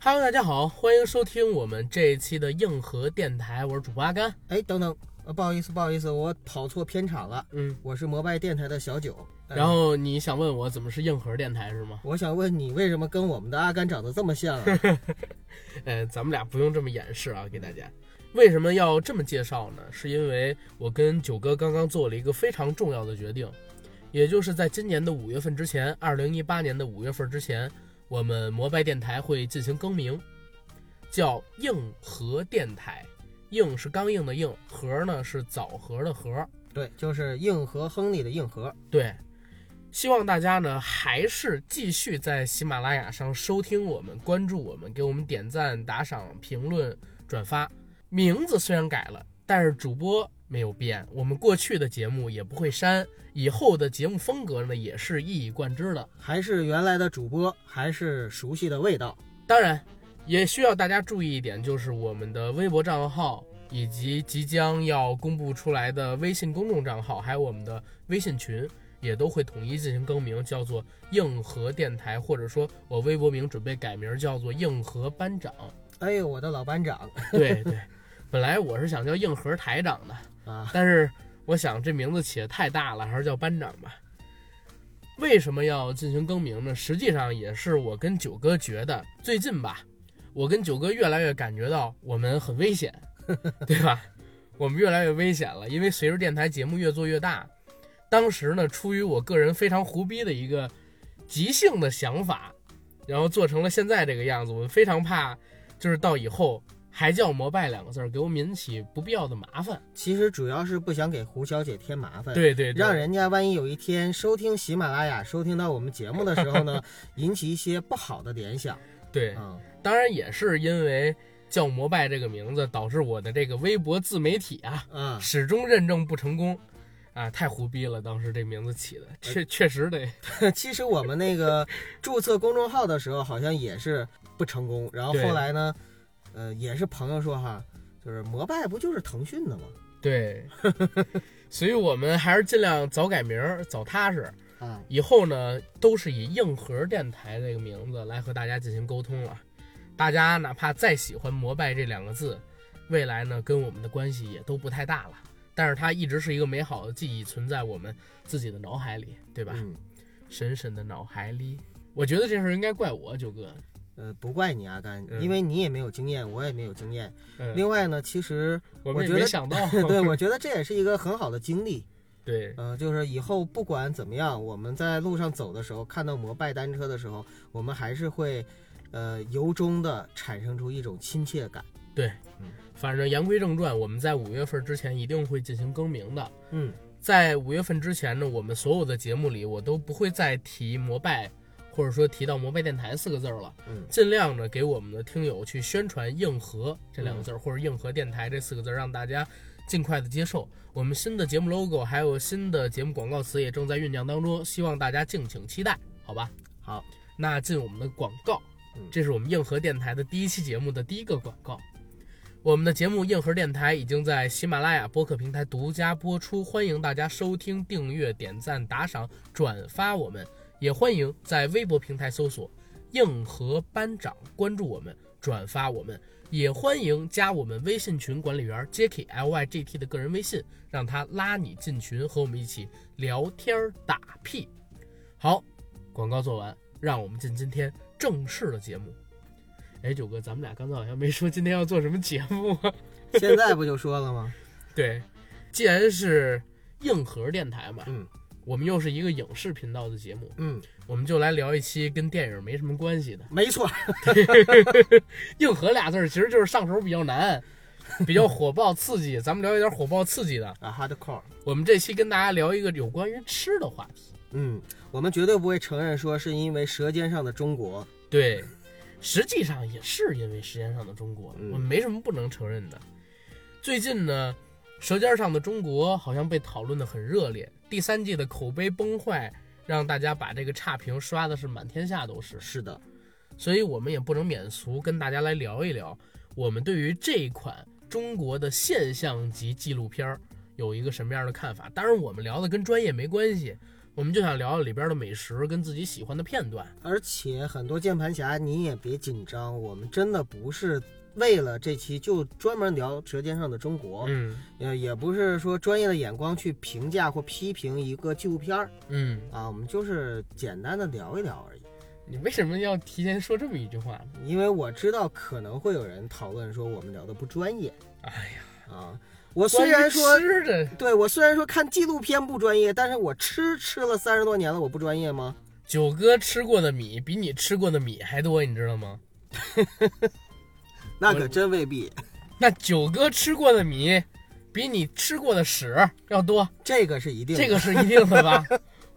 Hello，大家好，欢迎收听我们这一期的硬核电台，我是主播阿甘。哎，等等，呃，不好意思，不好意思，我跑错片场了。嗯，我是摩拜电台的小九。呃然，后你想问我怎么是硬核电台是吗？我想问你，为什么跟我们的阿甘长得这么 像啊？呃，咱们俩不用这么掩饰啊，给大家。为什么要这么介绍呢？是因为我跟九哥刚刚做了一个非常重要的决定，也就是在今年的五月份之前，二零一八年的五月份之前，我们摩拜电台会进行更名，叫硬核电台。硬是刚硬的硬，核呢是枣核的核。对，就是硬核亨利的硬核。对，希望大家呢还是继续在喜马拉雅上收听我们、关注我们、给我们点赞、打赏、评论、转发。名字虽然改了，但是主播没有变，我们过去的节目也不会删，以后的节目风格呢也是一以贯之的。还是原来的主播，还是熟悉的味道。当然，也需要大家注意一点，就是我们的微博账号以及即将要公布出来的微信公众账号，还有我们的微信群，也都会统一进行更名，叫做硬核电台，或者说我微博名准备改名叫做硬核班长。哎呦，我的老班长对对， 本来我是想叫硬核台长的，啊！但是我想这名字起的太大了，还是叫班长吧。为什么要进行更名呢？实际上也是我跟九哥觉得最近吧，我跟九哥越来越感觉到我们很危险， 对吧？我们越来越危险了，因为随着电台节目越做越大，当时呢，出于我个人非常胡逼的一个即兴的想法，然后做成了现在这个样子。我们非常怕，就是到以后还叫“摩拜”两个字儿，给我们引起不必要的麻烦。其实主要是不想给胡小姐添麻烦。。对对对，让人家万一有一天收听喜马拉雅、收听到我们节目的时 候呢，引起一些不好的联想对，啊、当然也是因为叫摩拜这个名字，导致我的这个微博自媒体啊，啊！始终认证不成功，啊，太胡逼了，当时这名字起的，确确实得，其实我们那个注册公众号的时候，好像也是不成功。然后对后来呢，呃，也是朋友说哈，就是摩拜不就是腾讯的吗？对，所以我们还是尽量早改名儿，早踏实，啊，以后呢都是以硬核电台这个名字来和大家进行沟通了，大家哪怕再喜欢摩拜这两个字，未来呢跟我们的关系也都不太大了。但是它一直是一个美好的记忆，存在我们自己的脑海里，对吧？嗯，深深的脑海里。我觉得这事儿应该怪我，九哥。呃，不怪你阿甘，嗯因为你也没有经验，我也没有经验。嗯，另外呢，其实 我我们也觉得没想到。 对我觉得这也是一个很好的经历。 对呃，就是以后不管怎么样，我们在路上走的时候，看到摩拜单车的时候，我们还是会，呃，由衷的产生出一种亲切感。对嗯，反正言归正传，我们在五月份之前一定会进行更名的。嗯，在五月份之前呢，我们所有的节目里，我都不会再提摩拜，或者说提到摩拜电台四个字儿了。嗯尽量呢给我们的听友去宣传“硬核”这嗯两个字儿，或者“硬核电台”这四个字儿，让大家尽快的接受。我们新的节目 logo 还有新的节目广告词也正在酝酿当中，希望大家敬请期待，好吧？好，那进我们的广告嗯，这是我们硬核电台的第一期节目的第一个广告。我们的节目《硬核电台》已经在喜马拉雅播客平台独家播出，欢迎大家收听、订阅、点赞、打赏、转发我们，也欢迎在微博平台搜索“硬核班长”关注我们、转发我们，也欢迎加我们微信群管理员 Jacky L Y G T 的个人微信，让他拉你进群，和我们一起聊天儿打屁。好，广告做完，让我们进今天正式的节目。哎，九哥，咱们俩刚才好像没说今天要做什么节目啊？现在不就说了吗？对，既然是硬核电台嘛，嗯我们又是一个影视频道的节目，嗯，我们就来聊一期跟电影没什么关系的。没错，硬核俩字儿其实就是上手比较难，比较火爆刺激。咱们聊一点火爆刺激的。啊，hardcore。我们这期跟大家聊一个有关于吃的话题。嗯，我们绝对不会承认说是因为《舌尖上的中国》。对，实际上也是因为时间上的中国，嗯我们没什么不能承认的。最近呢，《舌尖上的中国》好像被讨论的很热烈，第三季的口碑崩坏，让大家把这个差评刷的是满天下都是。是的，所以我们也不能免俗，跟大家来聊一聊，我们对于这一款中国的现象级纪录片儿有一个什么样的看法。当然，我们聊的跟专业没关系，我们就想聊聊里边的美食跟自己喜欢的片段。而且很多键盘侠，你也别紧张，我们真的不是为了这期就专门聊《舌尖上的中国》，嗯呃，也不是说专业的眼光去评价或批评一个纪录片儿嗯，啊，我们就是简单的聊一聊而已。你为什么要提前说这么一句话呢？因为我知道可能会有人讨论说我们聊的不专业哎呀，啊，我虽然说关于吃的对我虽然说看纪录片不专业，但是我吃吃了三十多年了，我不专业吗？九哥吃过的米比你吃过的米还多，你知道吗？那我可真未必。那九哥吃过的米比你吃过的屎要多，这个是一定的这个是一定的 吧？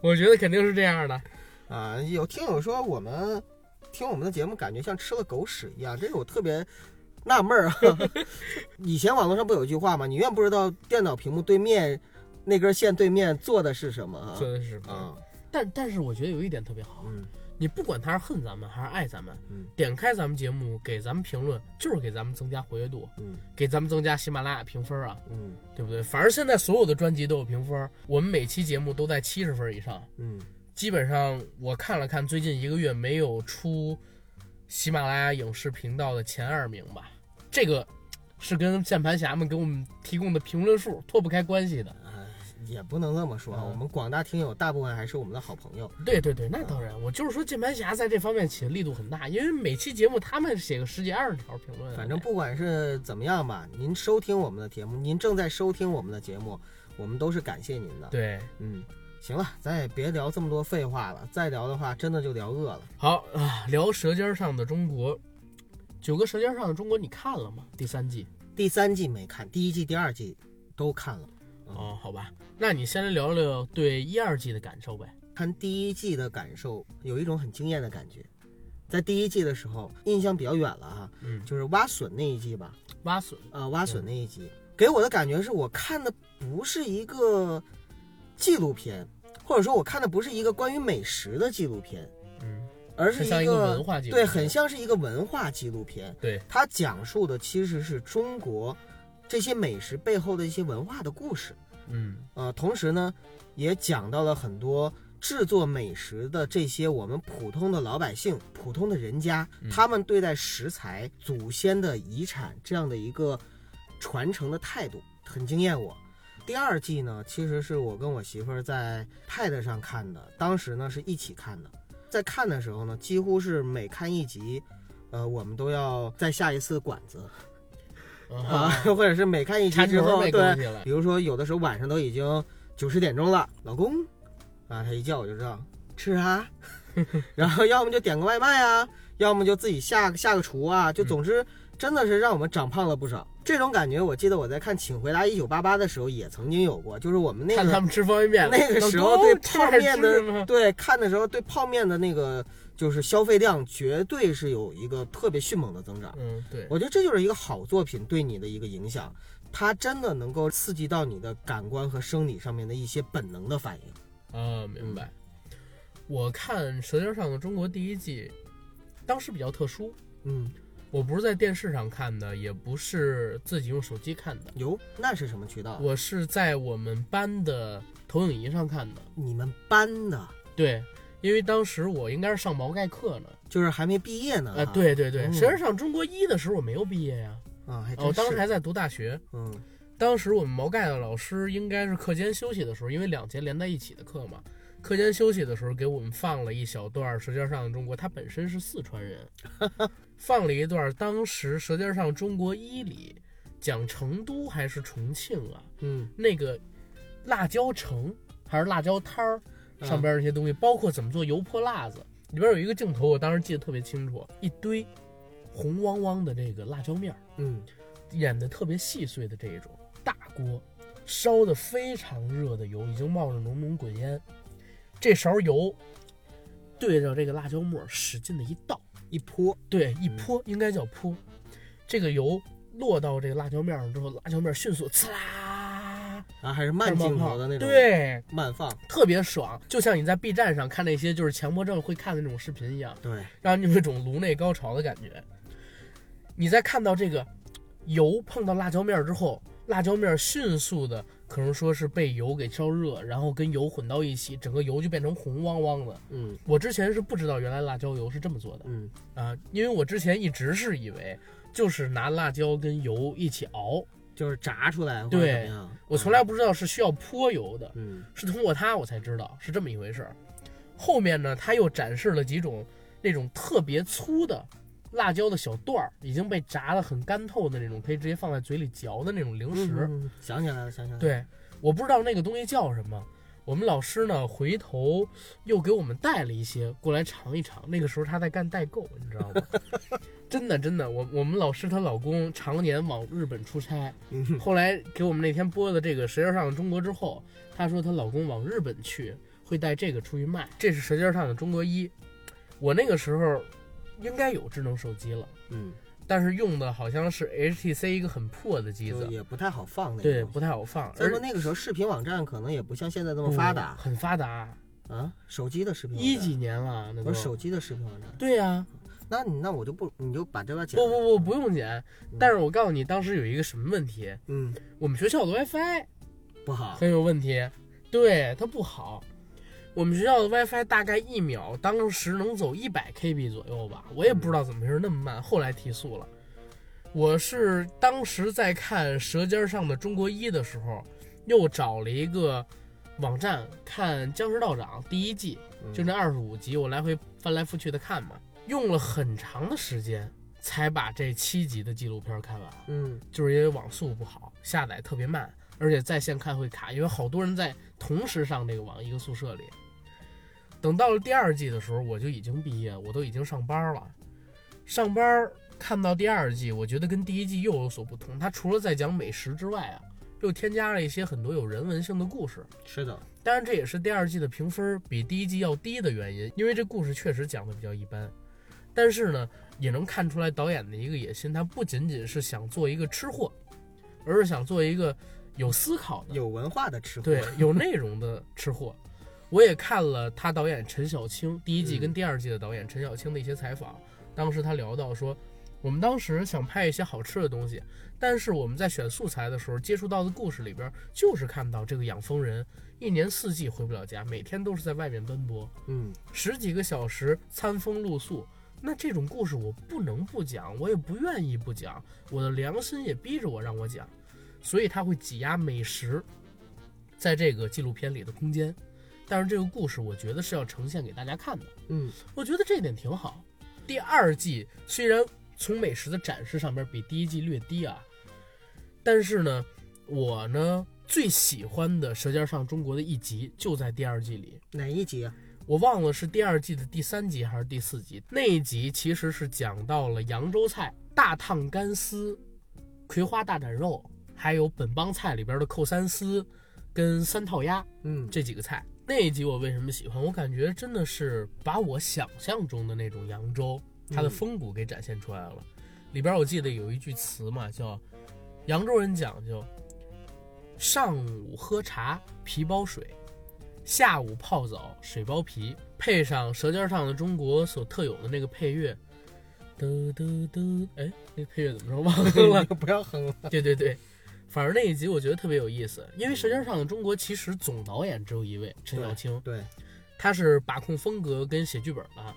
我觉得肯定是这样的。啊，有听友说我们听我们的节目感觉像吃了狗屎一样，这是我特别纳闷儿啊。 以前网络上不有一句话吗？你永远不知道电脑屏幕对面那根线对面做的是什么啊？真是吧？啊，但但是我觉得有一点特别好，嗯，你不管他是恨咱们还是爱咱们，嗯点开咱们节目给咱们评论，就是给咱们增加活跃度，嗯给咱们增加喜马拉雅评分啊，嗯对不对？反正现在所有的专辑都有评分，我们每期节目都在七十分以上。嗯基本上我看了看，最近一个月没有出喜马拉雅影视频道的前二名吧。这个是跟键盘侠们给我们提供的评论数脱不开关系的。哎也不能这么说啊，嗯我们广大听友大部分还是我们的好朋友。对对对，那当然，我就是说键盘侠在这方面起的力度很大，因为每期节目他们写个十几二十条评论啊，反正不管是怎么样吧，您收听我们的节目，您正在收听我们的节目，我们都是感谢您的。对。嗯，行了，咱也别聊这么多废话了，再聊的话真的就聊饿了。好啊，聊《舌尖上的中国》，九个《舌尖上的中国》，你看了吗？第三季？第三季没看，第一季、第二季都看了。嗯哦，好吧，那你先来聊聊对一二季的感受呗。看第一季的感受，有一种很惊艳的感觉。在第一季的时候，印象比较远了哈，嗯，就是挖笋那一季吧，挖笋，啊，挖笋那一集，给我的感觉是我看的不是一个纪录片，或者说我看的不是一个关于美食的纪录片，嗯，而是很像一个文化纪录对，片很像是一个文化纪录片。对，它讲述的其实是中国这些美食背后的一些文化的故事。嗯。呃，同时呢，也讲到了很多制作美食的这些我们普通的老百姓、普通的人家，嗯他们对待食材、祖先的遗产这样的一个传承的态度，很惊艳我。第二季呢，其实是我跟我媳妇儿在 Pad 上看的，当时呢是一起看的。在看的时候呢，几乎是每看一集，呃，我们都要再下一次馆子啊，啊， 或者是每看一集馋之头后，儿没对东，西了比。如说，有的时候晚上都已经九十点钟了，老公，啊，他一叫我就知道 吃啥，然后要么就点个外卖啊，要么就自己下下个厨啊，就嗯总之真的是让我们长胖了不少。这种感觉，我记得我在看《请回答一九八八》的时候也曾经有过，就是我们那看他个们吃方便面了，那个时候老公对这儿泡面吃的什么对看的时候对泡面的那个就是消费量绝对是有一个特别迅猛的增长。嗯，对，我觉得这就是一个好作品对你的一个影响，它真的能够刺激到你的感官和生理上面的一些本能的反应。啊，明白。我看《舌尖上的中国》第一季，当时比较特殊，嗯，我不是在电视上看的，也不是自己用手机看的，哟，那是什么渠道？我是在我们班的投影仪上看的。你们班的，对，因为当时我应该是上毛概课呢。就是还没毕业呢。啊，，对对对，《嗯舌尖上的中国一》的时候我没有毕业呀，啊，还我真哦当时是。还在读大学。嗯当时我们毛概的老师应该是课间休息的时候，因为两节连在一起的课嘛，课间休息的时候给我们放了一小段《舌尖上的中国》，他本身是四川人，放了一段当时《舌尖上的中国一》里讲成都还是重庆啊，嗯，那个辣椒城还是辣椒摊儿上边那些东西，包括怎么做油泼辣子，里边有一个镜头，我当时记得特别清楚，一堆红汪汪的那个辣椒面儿。嗯，演的特别细碎的这一种大锅，烧的非常热的油，已经冒着浓浓滚烟。这勺油对着这个辣椒末儿使劲的一倒，一泼，对，一嗯泼，应该叫泼。这个油落到这个辣椒面上之后，辣椒面迅速呲啦，然后还是慢镜头的那种，，对，慢放，特别爽，就像你在 B 站上看那些就是强迫症会看的那种视频一样。对，让你有一种颅内高潮的感觉。你在看到这个油碰到辣椒面儿之后，辣椒面迅速的可能说是被油给烧热，然后跟油混到一起，整个油就变成红汪汪的。嗯我之前是不知道原来辣椒油是这么做的嗯啊、因为我之前一直是以为就是拿辣椒跟油一起熬，就是炸出来或者对怎么样，我从来不知道是需要泼油的，嗯是通过它我才知道是这么一回事儿。后面呢，他又展示了几种那种特别粗的辣椒的小段儿，已经被炸得很干透的那种，可以直接放在嘴里嚼的那种零食。嗯想起来了，想起来了，，对，我不知道那个东西叫什么。我们老师呢，回头又给我们带了一些过来尝一尝。那个时候她在干代购，你知道吗？ 真的真的，我我们老师她老公常年往日本出差， 嗯后来给我们那天播的这个《舌尖上的中国》之后，她说她老公往日本去会带这个出去卖，这是《舌尖上的中国一》。我那个时候应该有智能手机了，嗯，但是用的好像是 HTC 一个很破的机就子，也不太好放那对，个东西。不太好放。再而说那个时候视频网站可能也不像现在那么发达嗯、很发达，啊，手机的视频网站一几，年了，那我都说手机的视频网站，对呀、那你那我就不你就把这边剪不了，不不，不用剪。但是我告诉你，当时有一个什么问题，嗯我们学校的 WiFi 不好，很有问题，对它不好。我们学校的 WiFi 大概一秒当时能走一百 KB 左右吧，我也不知道怎么回事那么慢，后来提速了。我是当时在看《舌尖上的中国一》的时候，又找了一个网站看《僵尸道长》第一季，嗯就那二十五集，我来回翻来覆去的看嘛，用了很长的时间才把这七集的纪录片看完，嗯就是因为网速不好，下载特别慢，而且在线看会卡，因为好多人在同时上这个网，一个宿舍里。等到了第二季的时候，我就已经毕业，我都已经上班了。上班儿看到第二季，我觉得跟第一季又有所不同。它除了在讲美食之外啊，又添加了一些很多有人文性的故事。是的，当然，这也是第二季的评分比第一季要低的原因，因为这故事确实讲的比较一般。但是呢，也能看出来导演的一个野心，他不仅仅是想做一个吃货，而是想做一个有思考的、有文化的吃货，对有内容的吃货。我也看了他导演陈小青第一季嗯跟第二季的导演陈小青的一些采访，当时他聊到说，我们当时想拍一些好吃的东西，但是我们在选素材的时候接触到的故事里边，就是看到这个养蜂人一年四季回不了家，每天都是在外面奔波，嗯十几个小时餐风露宿。那这种故事我不能不讲，我也不愿意不讲，我的良心也逼着我让我讲，所以他会挤压美食在这个纪录片里的空间。但是这个故事，我觉得是要呈现给大家看的，嗯我觉得这点挺好。第二季虽然从美食的展示上面比第一季略低啊，但是呢，我呢最喜欢的《舌尖上中国》的一集就在第二季里，哪一集啊？我忘了是第二季的第三集还是第四集，那一集其实是讲到了扬州菜、大烫干丝、葵花大斩肉，还有本帮菜里边的扣三丝跟三套鸭嗯这几个菜。那一集我为什么喜欢？我感觉真的是把我想象中的那种扬州它的嗯风骨给展现出来了。里边我记得有一句词嘛，叫“扬州人讲究上午喝茶皮包水，下午泡澡水包皮”，配上《舌尖上的中国》所特有的那个配乐，嘟嘟嘟，哎，那个配乐怎么着忘了？不要哼了， 对对对，反正那一集我觉得特别有意思，因为《舌尖上的中国》其实总导演只有一位陈小青，对，他是把控风格跟写剧本的，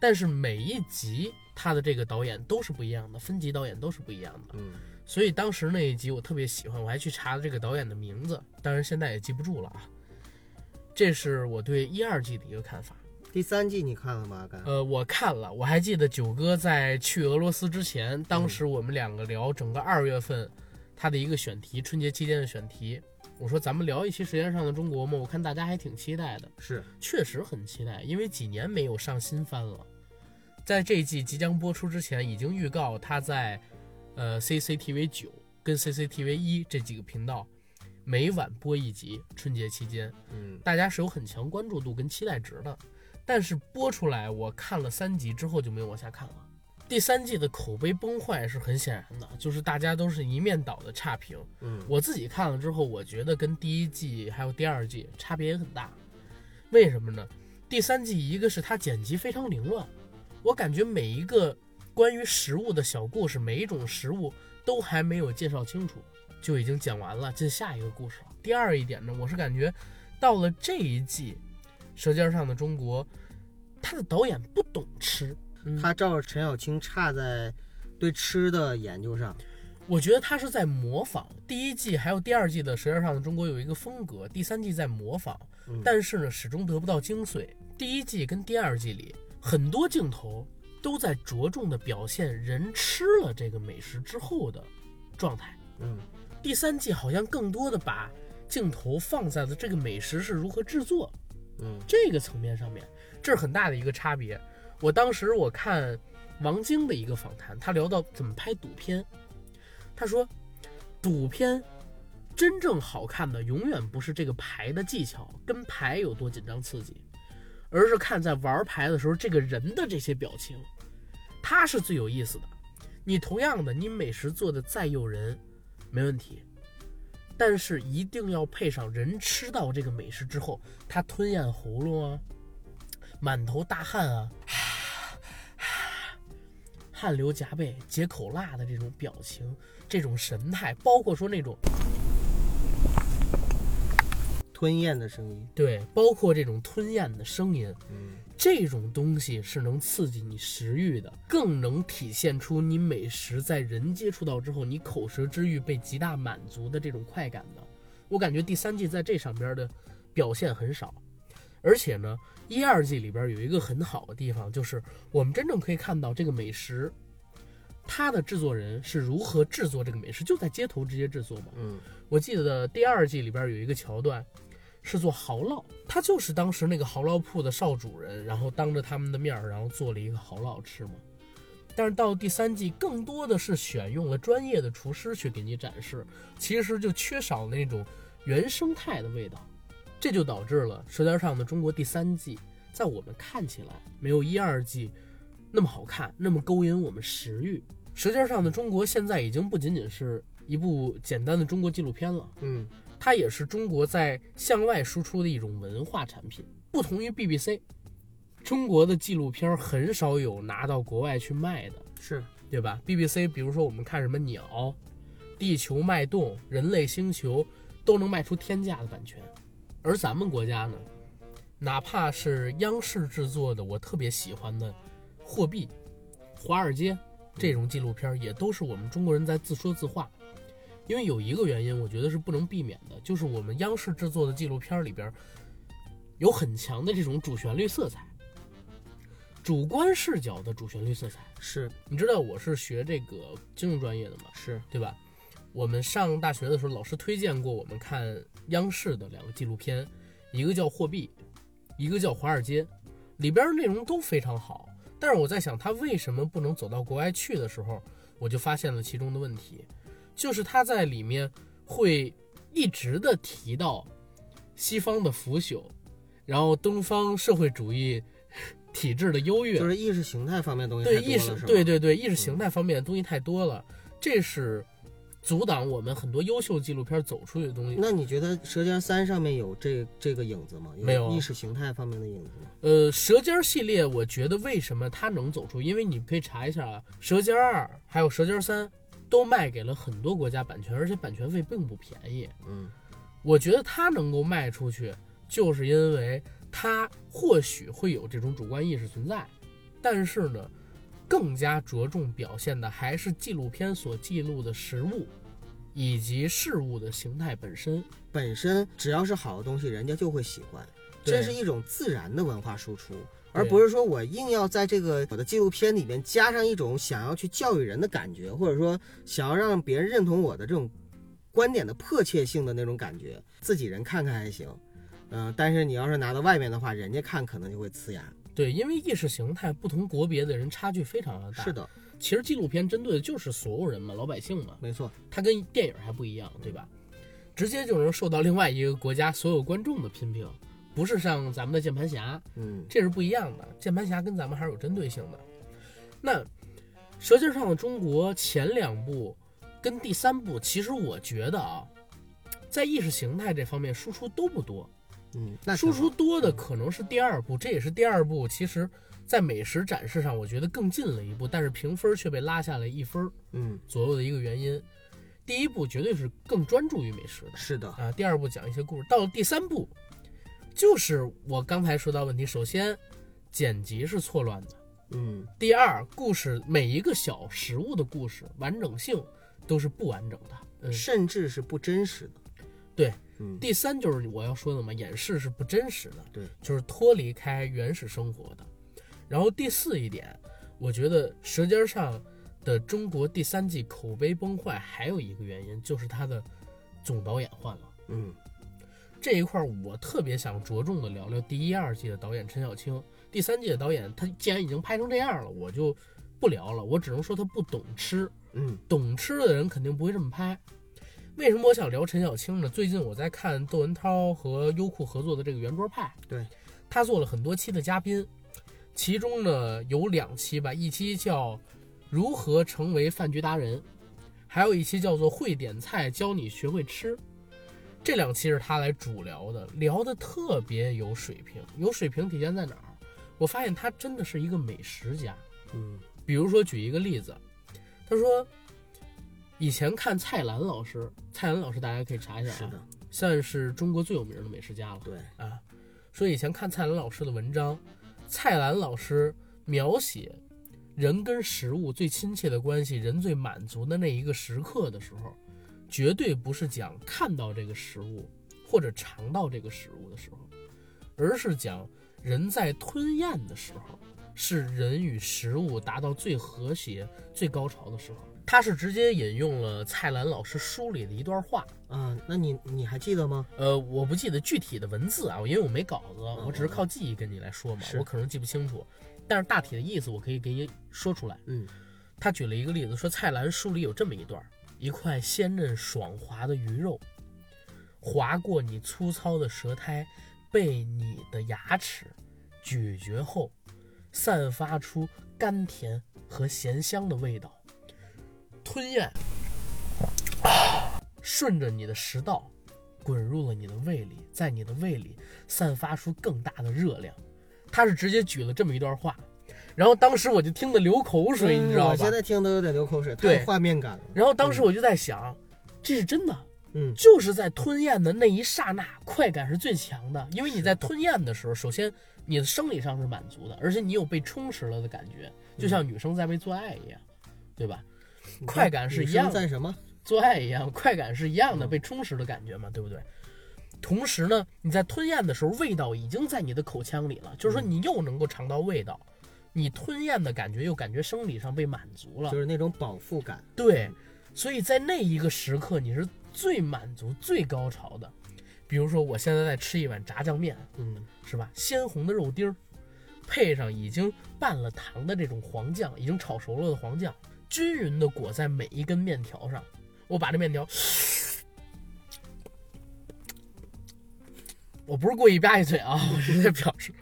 但是每一集他的这个导演都是不一样的，分级导演都是不一样的，嗯所以当时那一集我特别喜欢，我还去查了这个导演的名字，当然现在也记不住了啊。这是我对一二季的一个看法。第三季你看了吗？阿甘，呃，我看了，我还记得九哥在去俄罗斯之前，当时我们两个聊整个二月份他的一个选题，春节期间的选题。我说咱们聊一期《舌尖上的中国》嘛，我看大家还挺期待的，是，确实很期待，因为几年没有上新番了。在这一季即将播出之前，已经预告他在呃 CCTV 九跟 CCTV 一这几个频道每晚播一集，春节期间。嗯大家是有很强关注度跟期待值的。但是播出来，我看了三集之后就没有往下看了。第三季的口碑崩坏是很显然的，就是大家都是一面倒的差评。嗯，我自己看了之后，我觉得跟第一季还有第二季差别也很大。为什么呢？第三季一个是它剪辑非常凌乱，我感觉每一个关于食物的小故事，每一种食物都还没有介绍清楚，就已经讲完了，进下一个故事了。第二一点呢，我是感觉到了这一季《舌尖上的中国》，他的导演不懂吃，嗯他照着陈小青差在对吃的研究上，我觉得他是在模仿第一季还有第二季的《舌尖上的中国》有一个风格，第三季在模仿，嗯但是呢始终得不到精髓。第一季跟第二季里很多镜头都在着重的表现人吃了这个美食之后的状态，嗯，第三季好像更多的把镜头放在了这个美食是如何制作嗯这个层面上面，这是很大的一个差别。我当时我看王晶的一个访谈，他聊到怎么拍赌片，他说，赌片真正好看的永远不是这个牌的技巧跟牌有多紧张刺激，而是看在玩牌的时候这个人的这些表情，他是最有意思的。你同样的，你美食做的再诱人，没问题。但是一定要配上人吃到这个美食之后，他吞咽喉咙啊，满头大汗啊， 汗流浃背、解口辣的这种表情、这种神态，包括说那种吞咽的声音，对，包括这种吞咽的声音，嗯这种东西是能刺激你食欲的，更能体现出你美食在人接触到之后，你口舌之欲被极大满足的这种快感的。我感觉第三季在这上边的表现很少，而且呢，一二季里边有一个很好的地方，就是我们真正可以看到这个美食，它的制作人是如何制作这个美食，就在街头直接制作嘛。嗯我记得第二季里边有一个桥段，是做蚝烙，他就是当时那个蚝烙铺的少主人，然后当着他们的面儿，然后做了一个蚝烙吃嘛。但是到第三季，更多的是选用了专业的厨师去给你展示，其实就缺少那种原生态的味道，这就导致了《舌尖上的中国》第三季在我们看起来没有一二季那么好看，那么勾引我们食欲。《舌尖上的中国》现在已经不仅仅是一部简单的中国纪录片了，嗯它也是中国在向外输出的一种文化产品。不同于 BBC，中国的纪录片很少有拿到国外去卖的，是，对吧？BBC，比如说我们看什么鸟、地球脉动、人类星球，都能卖出天价的版权。而咱们国家呢，哪怕是央视制作的，我特别喜欢的《货币》《华尔街》这种纪录片儿，也都是我们中国人在自说自话。因为有一个原因，我觉得是不能避免的，就是我们央视制作的纪录片儿里边儿有很强的这种主旋律色彩，主观视角的主旋律色彩。是你知道我是学这个金融专业的嘛，是，对吧？我们上大学的时候，老师推荐过我们看央视的两个纪录片，一个叫《货币》，一个叫《华尔街》，里边内容都非常好。但是我在想，它为什么不能走到国外去的时候，我就发现了其中的问题，就是它在里面会一直的提到西方的腐朽，然后东方社会主义体制的优越，就是意识形态方面东西对太多意了识是，吧嗯对对对，意识形态方面的东西太多了，这是阻挡我们很多优秀纪录片走出去的东西。那你觉得《舌尖三》上面有这这个影子吗？没有意识形态方面的影子吗？呃，舌尖儿系列，我觉得为什么它能走出？因为你可以查一下啊，《舌尖二》还有《舌尖三》都卖给了很多国家版权，而且版权费并不便宜。嗯，我觉得它能够卖出去，就是因为它或许会有这种主观意识存在，但是呢，更加着重表现的还是纪录片所记录的实物，以及事物的形态本身。本身只要是好的东西，人家就会喜欢，对这是一种自然的文化输出，而对不是说我硬要在这个呃我的纪录片里面加上一种想要去教育人的感觉，或者说想要让别人认同我的这种观点的迫切性的那种感觉。自己人看看还行，嗯、但是你要是拿到外面的话，人家看可能就会呲牙。对，因为意识形态不同国别的人差距非常的大。是，的，其实纪录片针对的就是所有人嘛，老百姓嘛，没错，它跟电影还不一样，对吧？直接就能受到另外一个国家所有观众的批评，不是像咱们的键盘侠，嗯这是不一样的。键盘侠跟咱们还是有针对性的。那《舌尖上的中国》前两部跟第三部，其实我觉得啊，在意识形态这方面输出都不多，嗯，那输挺好出多的可能是第二部，这也是第二部其实在美食展示上，我觉得更进了一步，但是评分却被拉下了一分嗯，左右的一个原因。第一部绝对是更专注于美食的是的，啊，第二部讲一些故事，到了第三部，就是我刚才说到问题，首先剪辑是错乱的。嗯，第二，故事每一个小食物的故事完整性都是不完整的。嗯，甚至是不真实的。对，嗯，第三就是我要说的嘛，演示是不真实的，对，就是脱离开原始生活的。然后第四一点，我觉得《舌尖上的中国》第三季口碑崩坏，还有一个原因就是它的总导演换了。嗯，这一块儿我特别想着重的聊聊第一、二季的导演陈小青，第三季的导演他既然已经拍成这样了，我就不聊了，我只能说他不懂吃，嗯，懂吃的人肯定不会这么拍。为什么我想聊陈小青呢？最近我在看窦文涛和优酷合作的这个《圆桌派》，对，他做了很多期的嘉宾，其中呢有两期吧，一期叫《如何成为饭局达人》，还有一期叫做《会点菜教你学会吃》。这两期是他来主聊的，聊得特别有水平。有水平体现在哪儿？我发现他真的是一个美食家。嗯，比如说举一个例子，他说，以前看蔡澜老师，蔡澜老师大家可以查一下是啊，的，算是中国最有名的美食家了对，啊。说以前看蔡澜老师的文章，蔡澜老师描写人跟食物最亲切的关系，人最满足的那一个时刻的时候，绝对不是讲看到这个食物或者尝到这个食物的时候，而是讲人在吞咽的时候，是人与食物达到最和谐、最高潮的时候。他是直接引用了蔡澜老师书里的一段话，啊，那你你还记得吗？呃，我不记得具体的文字啊，因为我没稿子，我只是靠记忆跟你来说嘛，是我可能记不清楚，但是大体的意思我可以给你说出来。嗯，他举了一个例子，说蔡澜书里有这么一段儿：一块鲜嫩爽滑的鱼肉，划过你粗糙的舌苔，被你的牙齿咀嚼后，散发出甘甜和咸香的味道，吞咽，顺着你的食道滚入了你的胃里，在你的胃里散发出更大的热量。他是直接举了这么一段话，然后当时我就听得流口水，你知道吧？嗯我现在听都有点流口水，太对有画面感了。然后当时我就在想，这是真的，嗯，就是在吞咽的那一刹那，快感是最强的，因为你在吞咽的时候，首先你的生理上是满足的，而且你有被充实了的感觉，就像女生在被做爱一样，对吧？你快看感是女一生样的在什么？做爱一样，快感是一样的，被充实的感觉嘛，对不对？同时呢，你在吞咽的时候，味道已经在你的口腔里了，就是说你又能够尝到味道，你吞咽的感觉又感觉生理上被满足了，就是那种饱腹感。对，所以在那一个时刻，你是最满足、最高潮的。比如说，我现在在吃一碗炸酱面，嗯，是吧？鲜红的肉丁儿，配上已经拌了糖的这种黄酱，已经炒熟了的黄酱，均匀的裹在每一根面条上。我把这面条，我不是故意吧唧嘴啊，我是在表示，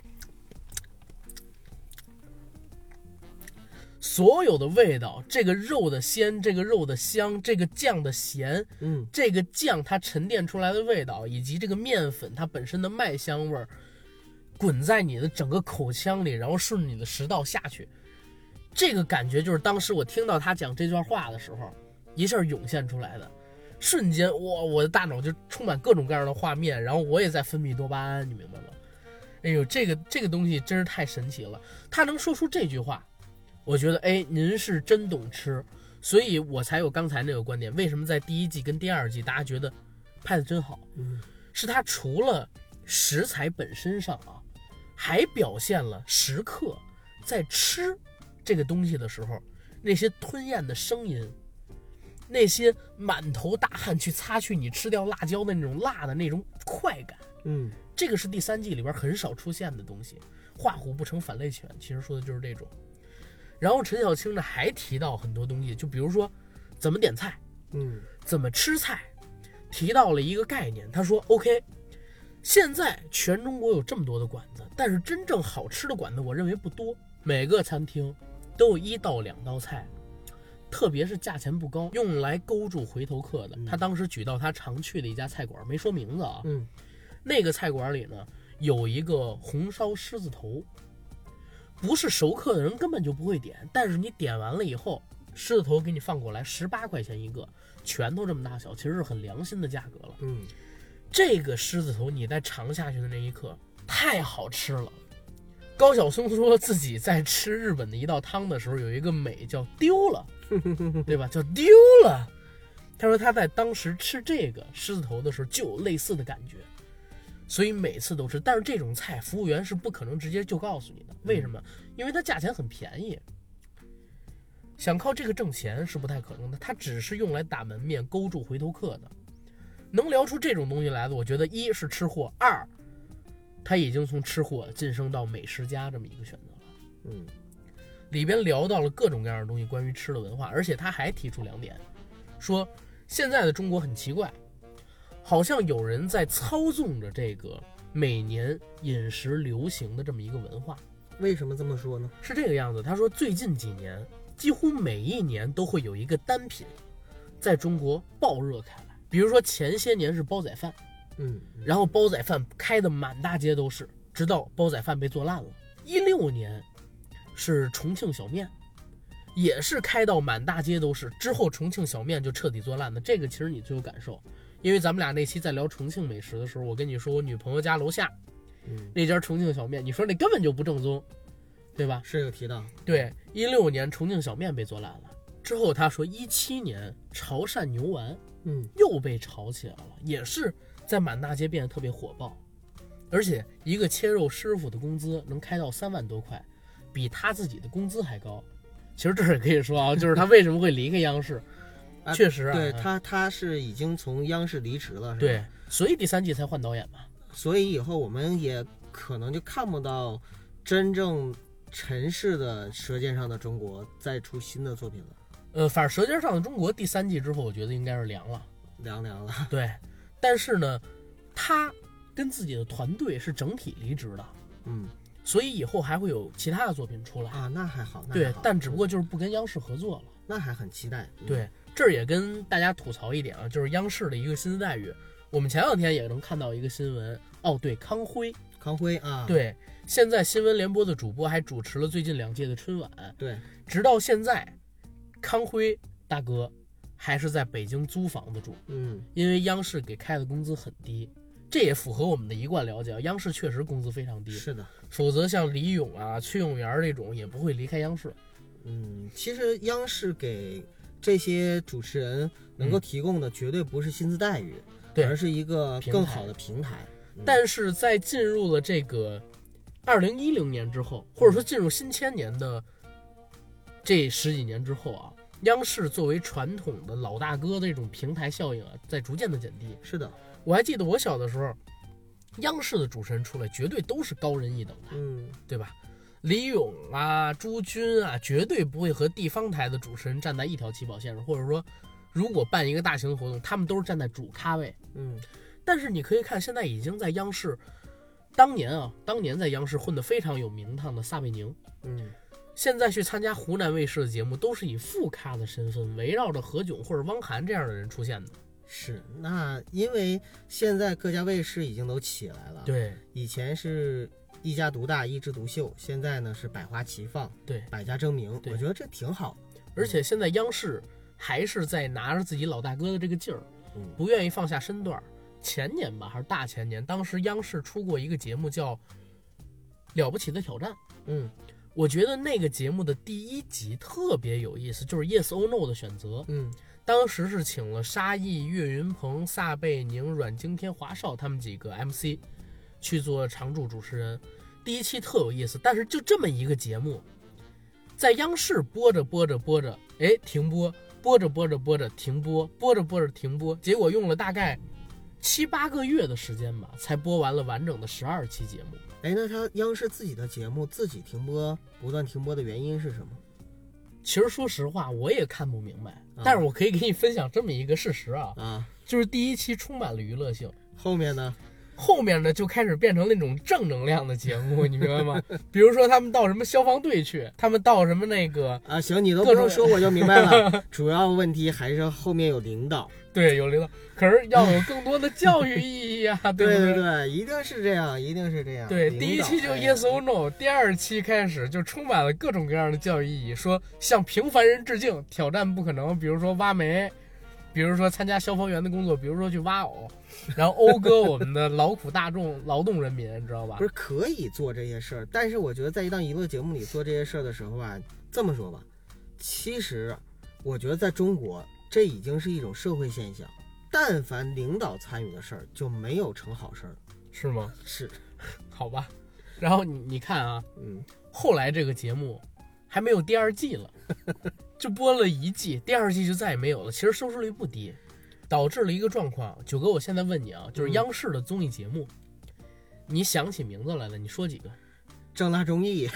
所有的味道，这个肉的鲜，这个肉的香，这个酱的咸，嗯，这个酱它沉淀出来的味道，以及这个面粉它本身的麦香味儿，滚在你的整个口腔里，然后顺着你的食道下去，这个感觉就是当时我听到他讲这段话的时候，一下涌现出来的。瞬间，哇，我的大脑就充满各种各样的画面，然后我也在分泌多巴胺，你明白吗？哎呦，这个这个东西真是太神奇了，他能说出这句话，我觉得，哎，您是真懂吃，所以我才有刚才那个观点。为什么在第一季跟第二季大家觉得拍的真好？嗯，是他除了食材本身上啊，还表现了食客在吃这个东西的时候那些吞咽的声音，那些满头大汗去擦去你吃掉辣椒的那种辣的那种快感。嗯，这个是第三季里边很少出现的东西。画虎不成反类犬，其实说的就是这种。然后陈小青呢还提到很多东西，就比如说怎么点菜，嗯，怎么吃菜，提到了一个概念。他说：“OK，现在全中国有这么多的馆子，但是真正好吃的馆子，我认为不多。每个餐厅都有一到两道菜，特别是价钱不高，用来勾住回头客的。他当时举到他常去的一家菜馆，没说名字啊，嗯，那个菜馆里呢有一个红烧狮子头，不是熟客的人根本就不会点，但是你点完了以后，狮子头给你放过来，十八块钱一个，拳头这么大小，其实是很良心的价格了。嗯，这个狮子头你在尝下去的那一刻，太好吃了。高晓松说自己在吃日本的一道汤的时候，有一个美叫丢了，对吧？叫丢了。他说他在当时吃这个狮子头的时候就有类似的感觉，所以每次都吃。但是这种菜服务员是不可能直接就告诉你的，为什么？因为它价钱很便宜，想靠这个挣钱是不太可能的。它只是用来打门面、勾住回头客的。能聊出这种东西来的，我觉得一是吃货，二他已经从吃货晋升到美食家这么一个选择了。嗯，里边聊到了各种各样的东西，关于吃的文化，而且他还提出两点，说现在的中国很奇怪，好像有人在操纵着这个每年饮食流行的这么一个文化，为什么这么说呢？是这个样子。他说，最近几年几乎每一年都会有一个单品在中国爆热开来，比如说前些年是煲仔饭，嗯，然后煲仔饭开的满大街都是，直到煲仔饭被做烂了。一六年是重庆小面，也是开到满大街都是，之后重庆小面就彻底做烂的。这个其实你最有感受，因为咱们俩那期在聊重庆美食的时候，我跟你说我女朋友家楼下嗯，那家重庆小面，你说那根本就不正宗，对吧？是有提到，对，一六年重庆小面被做烂了，之后他说一七年潮汕牛丸嗯，又被炒起来了，也是在满大街变得特别火爆。而且一个切肉师傅的工资能开到三万多块，比他自己的工资还高。其实这儿也可以说啊，就是他为什么会离开央视， 啊确实啊，嗯对他他是已经从央视离职了，是吧？对，所以第三季才换导演嘛。所以以后我们也可能就看不到真正尘世的《舌尖上的中国》再出新的作品了，呃，反正《舌尖上的中国》第三季之后，我觉得应该是凉 了。凉凉了。对，但是呢，他跟自己的团队是整体离职的，嗯所以以后还会有其他的作品出来。啊，那还好，那还对好，但只不过就是不跟央视合作了。那还很期待。嗯，对，这儿也跟大家吐槽一点啊，就是央视的一个薪资待遇。我们前两天也能看到一个新闻，哦，对，康辉，康辉啊，对，现在新闻联播的主播还主持了最近两届的春晚，对，直到现在，康辉大哥还是在北京租房子住，嗯因为央视给开的工资很低，这也符合我们的一贯了解，啊，央视确实工资非常低，是的，否则像李咏啊、崔永元儿这种也不会离开央视。嗯，其实央视给这些主持人能够提供的绝对不是薪资待遇，嗯对而是一个平更台好的平台。嗯但是在进入了这个二零一零年之后，或者说进入新千年的这十几年之后啊，央视作为传统的老大哥的这种平台效应啊，在逐渐的减低。是的，我还记得我小的时候，央视的主持人出来绝对都是高人一等的，嗯，对吧？李咏啊、朱军啊，绝对不会和地方台的主持人站在一条起跑线上，或者说，如果办一个大型活动，他们都是站在主咖位。嗯，但是你可以看，现在已经在央视，当年啊，当年在央视混得非常有名堂的撒贝宁，嗯，现在去参加湖南卫视的节目，都是以副咖的身份，围绕着何炅或者汪涵这样的人出现的。是。那因为现在各家卫视已经都起来了，，对以前是一家独大、一枝独秀，现在呢是百花齐放，对，百家争鸣，对我觉得这挺好。而且现在央视还是在拿着自己老大哥的这个劲儿，嗯不愿意放下身段儿。前年吧，还是大前年，当时央视出过一个节目叫《了不起的挑战》。嗯我觉得那个节目的第一集特别有意思，就是 yes or no 的选择。嗯当时是请了沙溢、岳云鹏、撒贝宁、阮经天、华少他们几个 MC 去做常驻主持人。第一期特有意思，但是就这么一个节目，在央视播着播着播着，哎，停播；播着播着播着停播；播着播着停播，结果用了大概七八个月的时间吧，才播完了完整的十二期节目。哎，那他央视自己的节目自己停播，不断停播的原因是什么？其实说实话，我也看不明白，但是我可以给你分享这么一个事实啊，啊，就是第一期充满了娱乐性。后面呢？后面呢就开始变成那种正能量的节目， 你明白吗？比如说他们到什么消防队去，他们到什么那个啊，行，你都各不种用说，我就明白了。 主要问题还是后面有领导。对有领导，可是要有更多的教育意义 啊，对不对对，一定是这样，一定是这样。对，领第一导期就哎 Yes or No，第二期开始就充满了各种各样的教育意义，说向平凡人致敬，挑战不可能，比如说挖煤，比如说参加消防员的工作，比如说去挖藕，然后讴歌我们的劳苦大众、劳动人民，你知道吧不？是可以做这些事儿，但是我觉得在一档娱乐节目里做这些事儿的时候啊，这么说吧，其实我觉得在中国这已经是一种社会现象。但凡领导参与的事儿，就没有成好事儿。是吗？是，好吧。然后你你看啊，嗯，后来这个节目还没有第二季了， 就播了一季，第二季就再也没有了。其实收视率不低，导致了一个状况。九哥，我现在问你啊，就是嗯央视的综艺节目，你想起名字来了，你说几个？正大综艺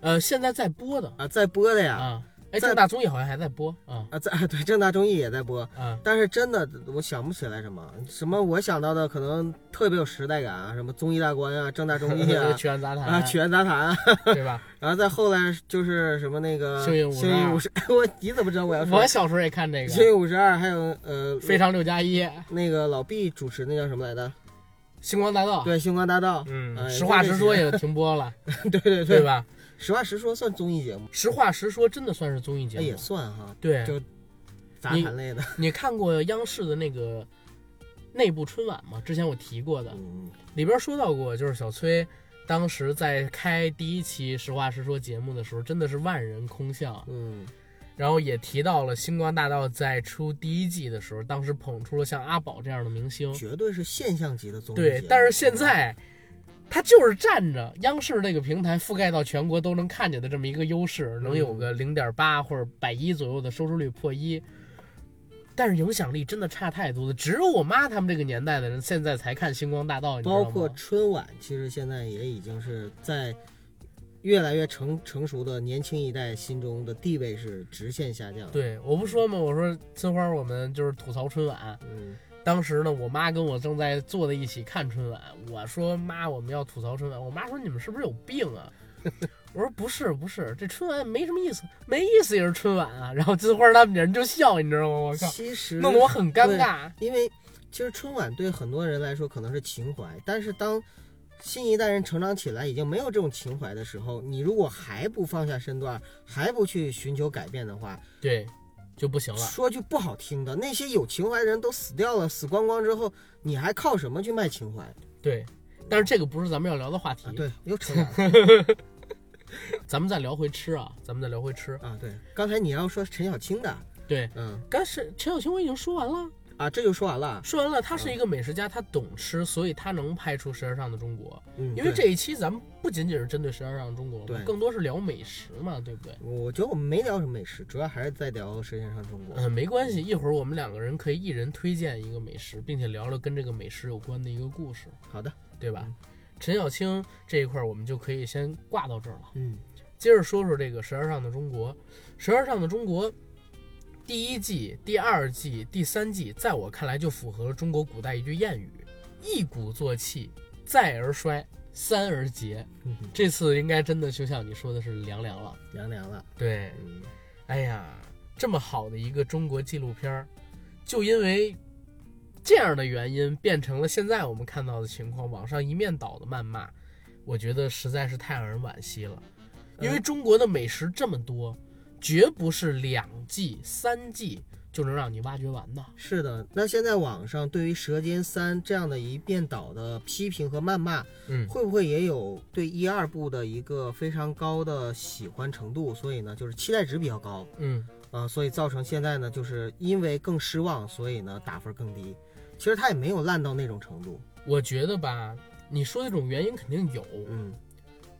呃，现在在播的啊，在播的呀，啊，哎，在正大综艺好像还在播啊啊，在 啊对，正大综艺也在播。 啊，但是真的，我想不起来什么什么，我想到的可能特别有时代感啊，什么综艺大观啊，正大综 艺啊，曲苑杂谈啊，曲苑杂谈啊，对吧？然后再后来就是什么那个幸运52幸运五十， 我你怎么知道我要说我？小时候也看这幸个，运五十二，还有呃，非常六加一，那个老毕主持那叫什么来着？星光大道，对，星光大道。啊嗯，哎实话实说就也停播了， 对对对对，吧？实话实说算综艺节目，实话实说真的算是综艺节哎也目，算哈，对，就杂你谈类的。你看过央视的那个内部春晚吗？之前我提过的，嗯，里边说到过，就是小崔当时在开第一期《实话实说》节目的时候，真的是万人空巷。嗯，然后也提到了星光大道在出第一季的时候，当时捧出了像阿宝这样的明星。嗯绝对是现象级的综艺节目。对，但是现在。他就是站着央视这个平台覆盖到全国都能看见的这么一个优势，能嗯有个零点八或者百一左右的收视率破一，但是影响力真的差太多了。只有我妈他们这个年代的人现在才看《星光大道》，你知道包吗？括春晚，其实现在也已经是在越来越成成熟的年轻一代心中的地位是直线下降。，对，我不说嘛，我说村花，我们就是吐槽春晚。嗯，当时呢，我妈跟我正在坐在一起看春晚，我说妈，我们要吐槽春晚。我妈说你们是不是有病啊？ 我说不是不是，这春晚没什么意思，没意思也是春晚啊。然后金花他们人就笑，你知道吗？我靠，其实弄得我很尴尬。因为其实春晚对很多人来说可能是情怀，但是当新一代人成长起来，已经没有这种情怀的时候，你如果还不放下身段，还不去寻求改变的话，对，就不行了。说句不好听的，那些有情怀的人都死掉了，死光光之后，你还靠什么去卖情怀啊？对，但是这个不是咱们要聊的话题。对，又扯远 了咱们再聊回吃啊，咱们再聊回吃。啊！对，刚才你要说陈小青的，对，嗯刚是陈小青我已经说完了，啊，这就说完了，说完了，他是一个美食家，他懂吃，所以他能拍出《舌尖上的中国》。嗯，因为对。这一期咱们不仅仅是针对《舌尖上的中国》，我对们更多是聊美食嘛，对不对？我觉得我们没聊什么美食，主要还是在聊《舌尖上的中国》嗯，没关系，一会儿我们两个人可以一人推荐一个美食，并且聊聊跟这个美食有关的一个故事，好的，对吧？嗯陈小青这一块儿我们就可以先挂到这儿了。嗯接着说说这个《舌尖上的中国》，《舌尖上的中国》第一季、第二季、第三季，在我看来就符合了中国古代一句谚语：“一鼓作气，再而衰，三而竭。”嗯，哼这次应该真的就像你说的是凉凉了。凉凉了，对，嗯。哎呀，这么好的一个中国纪录片儿，就因为这样的原因，变成了现在我们看到的情况，网上一面倒的谩骂，我觉得实在是太让人惋惜了。因嗯为中国的美食这么多，绝不是两季、三季就能让你挖掘完的。是的，那现在网上对于《舌尖三》这样的一面倒的批评和谩骂，嗯，会不会也有对一二部的一个非常高的喜欢程度？所以呢，就是期待值比较高嗯，啊、所以造成现在呢，就是因为更失望，所以呢打分更低。其实它也没有烂到那种程度，我觉得吧，你说这种原因肯定有，嗯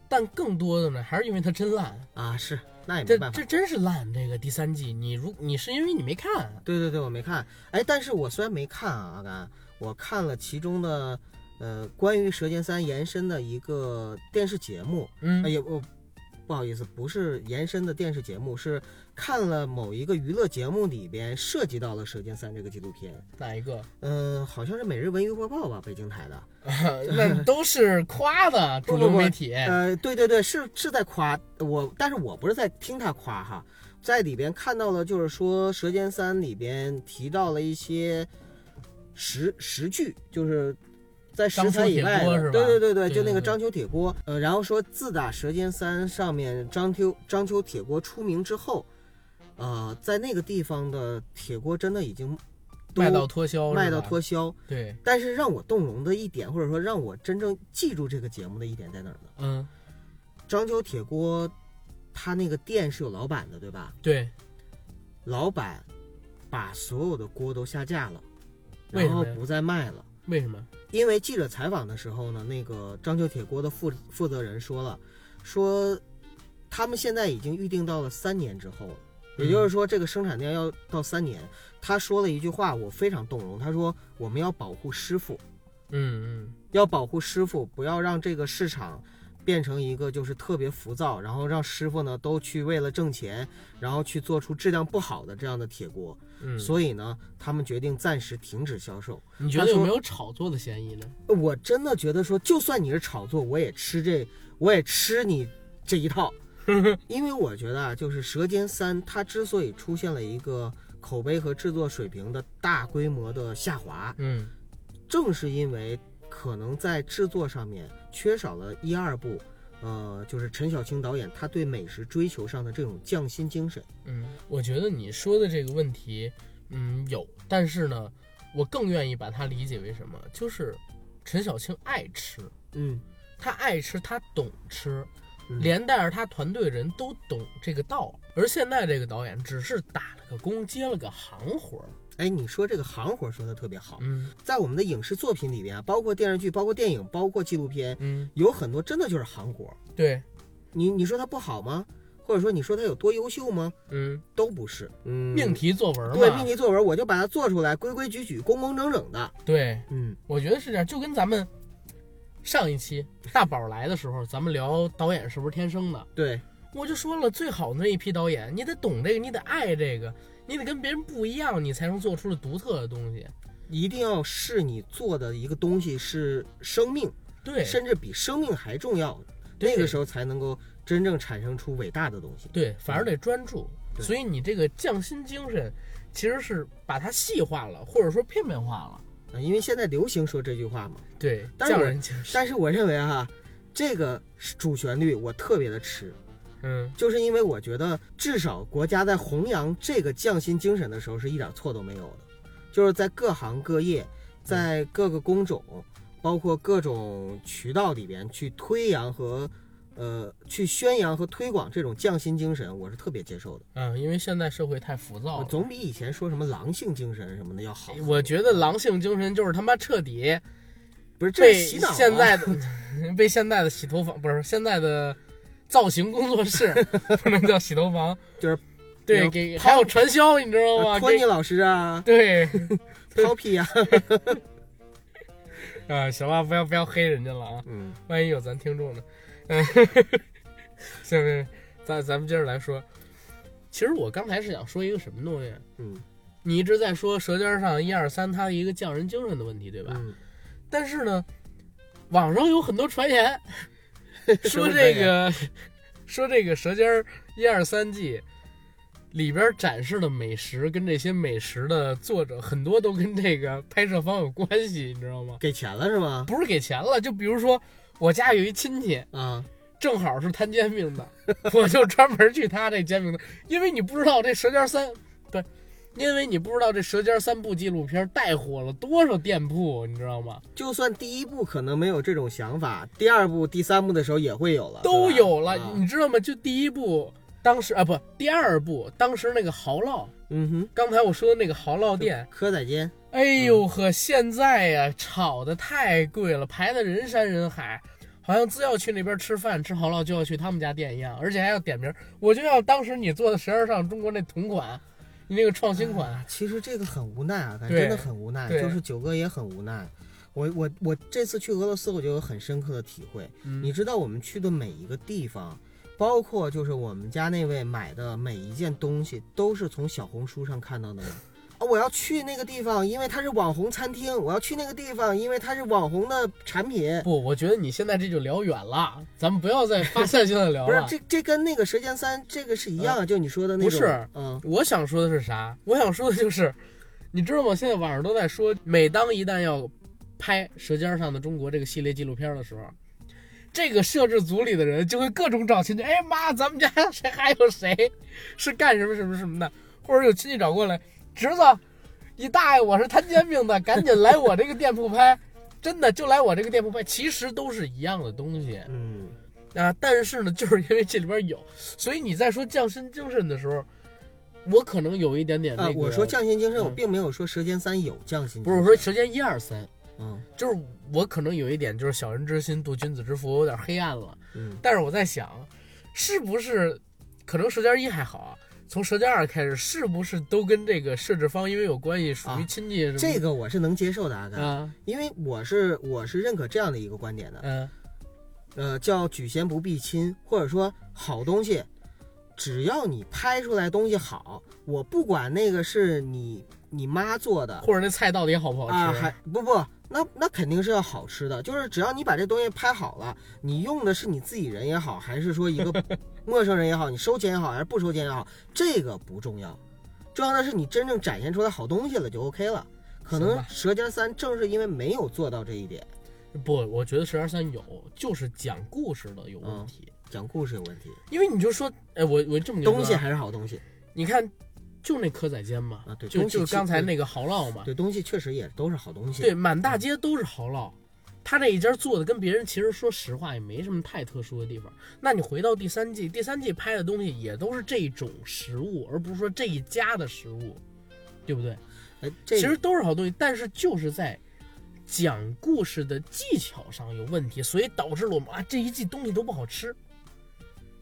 但更多的呢，还是因为它真烂。啊是，那也这没办法。这真是烂，这个第三季，你如你是因为你没看，对对对，我没看，哎，但是我虽然没看啊，阿甘，我看了其中的呃关于《舌尖三》延伸的一个电视节目，嗯哎，也我不好意思，不是延伸的电视节目，是看了某一个娱乐节目里边涉及到了《舌尖三》这个纪录片，哪一个？嗯、好像是《每日文娱播报》吧，北京台的。 那都是夸 的主流媒体。呃，对对对，是是在夸我，但是我不是在听他夸哈，在里边看到了，就是说《舌尖三》里边提到了一些时时剧，就是在食材以外张秋铁锅是吧的，对对对对对，对就那个对章丘铁锅，呃，然后说自打《舌尖三》上面章丘章丘铁锅出名之后，呃，在那个地方的铁锅真的已经都卖到脱销，卖到是吧脱销，对，但是让我动容的一点，或者说让我真正记住这个节目的一点在哪儿呢？嗯，章丘铁锅，他那个店是有老板的，对吧？对，老板把所有的锅都下架了，为什然么呀后不再卖了。为什么？因为记者采访的时候呢，那个章丘铁锅的负负责人说了，说他们现在已经预定到了三年之后了，嗯也就是说这个生产量要到三年。他说了一句话，我非常动容，他说我们要保护师傅，嗯嗯，要保护师傅，不要让这个市场变成一个就是特别浮躁，然后让师傅呢都去为了挣钱，然后去做出质量不好的这样的铁锅。嗯，所以呢，他们决定暂时停止销售。你觉得他有说没有炒作的嫌疑呢？我真的觉得说，就算你是炒作，我也吃这，我也吃你这一套，因为我觉得啊，就是《舌尖三》它之所以出现了一个口碑和制作水平的大规模的下滑，嗯，正是因为可能在制作上面缺少了一二部，呃，就是陈小青导演他对美食追求上的这种匠心精神。嗯，我觉得你说的这个问题，嗯，有，但是呢，我更愿意把它理解为什么，就是陈小青爱吃，嗯，他爱吃，他懂吃，嗯连带着他团队人都懂这个道。而现在这个导演只是打了个工，接了个行活儿，哎，你说这个行活说的特别好，嗯在我们的影视作品里边啊，包括电视剧、包括电影、包括纪录片，嗯，有很多真的就是行活。对，你你说它不好吗？或者说你说它有多优秀吗？嗯，都不是。嗯命题作文嘛，对命题作文，我就把它做出来，规规矩矩、工工整整的。对嗯我觉得是这样，就跟咱们上一期大宝来的时候，咱们聊导演是不是天生的，对，我就说了，最好的那一批导演，你得懂这个，你得爱这个，你得跟别人不一样，你才能做出了独特的东西。一定要是你做的一个东西是生命，对，甚至比生命还重要，对那个时候才能够真正产生出伟大的东西。对，反而得专注。对所以你这个匠心精神，其实是把它细化了，或者说片面化了。啊，因为现在流行说这句话嘛。对，但是匠我人精神。但是我认为哈、这个主旋律我特别的吃，嗯就是因为我觉得至少国家在弘扬这个匠心精神的时候是一点错都没有的，就是在各行各业，在各个工种，包括各种渠道里边去推扬和。呃，去宣扬和推广这种匠心精神，我是特别接受的。嗯，因为现在社会太浮躁我了。总比以前说什么狼性精神什么的要好。哦哎我觉得狼性精神就是他妈彻底不是这被是洗脑啊、现在的被现在的洗头房不是现在的造型工作室不能叫洗头房， 就是对有给泡还有传销，你知道吗？呃托尼给老师 啊对， ，Poppy 啊，啊，行了，不要不要黑人家了啊，嗯，万一有咱听众呢？ 嗯，行行，咱咱们接着来说。其实我刚才是想说一个什么东西，嗯，你一直在说《舌尖上一二三》它的一个匠人精神的问题，对吧？嗯但是呢，网上有很多传言什 说么传这言个说这个《舌尖儿一二三季》里边展示的美食跟这些美食的作者很多都跟这个拍摄方有关系，你知道吗？给钱了是吗？不是给钱了，就比如说我家有一亲戚啊，正好是摊煎饼的，我就专门去他这煎饼的，因为你不知道这《舌尖三》不是。因为你不知道这《舌尖三部》纪录片带火了多少店铺，你知道吗？就算第一部可能没有这种想法，第二部、第三部的时候也会有了，都对吧有了，啊你知道吗？就第一部，当时啊不，第二部当时那个蚝烙，嗯哼，刚才我说的那个蚝烙店，蚵仔煎，哎嗯呦呵，现在呀、炒的太贵了，排的人山人海，好像只要去那边吃饭吃蚝烙就要去他们家店一样，而且还要点名，我就要当时你做的《舌尖上中国》那同款，你那个创新款，啊其实这个很无奈啊，感对觉真的很无奈，对就是九哥也很无奈。我我我这次去俄罗斯，我就有很深刻的体会。嗯你知道我们去的每一个地方，包括就是我们家那位买的每一件东西都是从小红书上看到的呢。啊，我要去那个地方，因为它是网红餐厅；我要去那个地方，因为它是网红的产品。 不，我觉得你现在这就聊远了，咱们不要再发散性的聊不是了，。呃这这跟那个《舌尖三》这个是一样，就你说的那不种。是嗯，我想说的是啥？我想说的就是，你知道吗？现在网上都在说，每当一旦要拍《舌尖上的中国》这个系列纪录片的时候，这个摄制组里的人就会各种找亲戚，哎妈，咱们家谁还有谁是干什么什么什么的，或者有亲戚找过来，侄子，你大爷我是摊煎饼的，赶紧来我这个店铺拍。真的就来我这个店铺拍，其实都是一样的东西。嗯，啊，但是呢，就是因为这里边有，所以你在说匠心精神的时候，我可能有一点点那啊，个。我说匠心精神，嗯我并没有说《舌尖三》有匠心。不是我，说舌尖一二三，嗯就是我可能有一点就是小人之心度君子之腹，有点黑暗了。嗯，但是我在想，是不是可能舌尖一还好啊？从舌尖二开始，是不是都跟这个设置方因为有关系，属于啊亲戚什么这个我是能接受的，阿甘，啊？因为我是我是认可这样的一个观点的。嗯，呃，叫举贤不避亲，或者说好东西，只要你拍出来东西好，我不管那个是你你妈做的或者那菜到底好不好吃？啊，还不不，那那肯定是要好吃的。就是只要你把这东西拍好了，你用的是你自己人也好，还是说一个 陌生人也好，你收钱也好，还是不收钱也好，这个不重要，重要的是你真正展现出来好东西了就 OK 了。可行能吧《舌尖三》正是因为没有做到这一点，不，我觉得舌尖三有，就是讲故事的有问嗯题。讲故事有问题，因为你就说，哎，我我这么跟你说啊东西还是好东西。你看，就那蚵仔煎嘛，啊对就东西就其刚才那个蚝烙嘛，对，嗯东西确实也都是好东西。对，满大街都是蚝烙。他这一家做的跟别人其实说实话也没什么太特殊的地方。那你回到第三季，第三季拍的东西也都是这种食物，而不是说这一家的食物，对不对？哎，这其实都是好东西，但是就是在讲故事的技巧上有问题，所以导致了我们啊这一季东西都不好吃，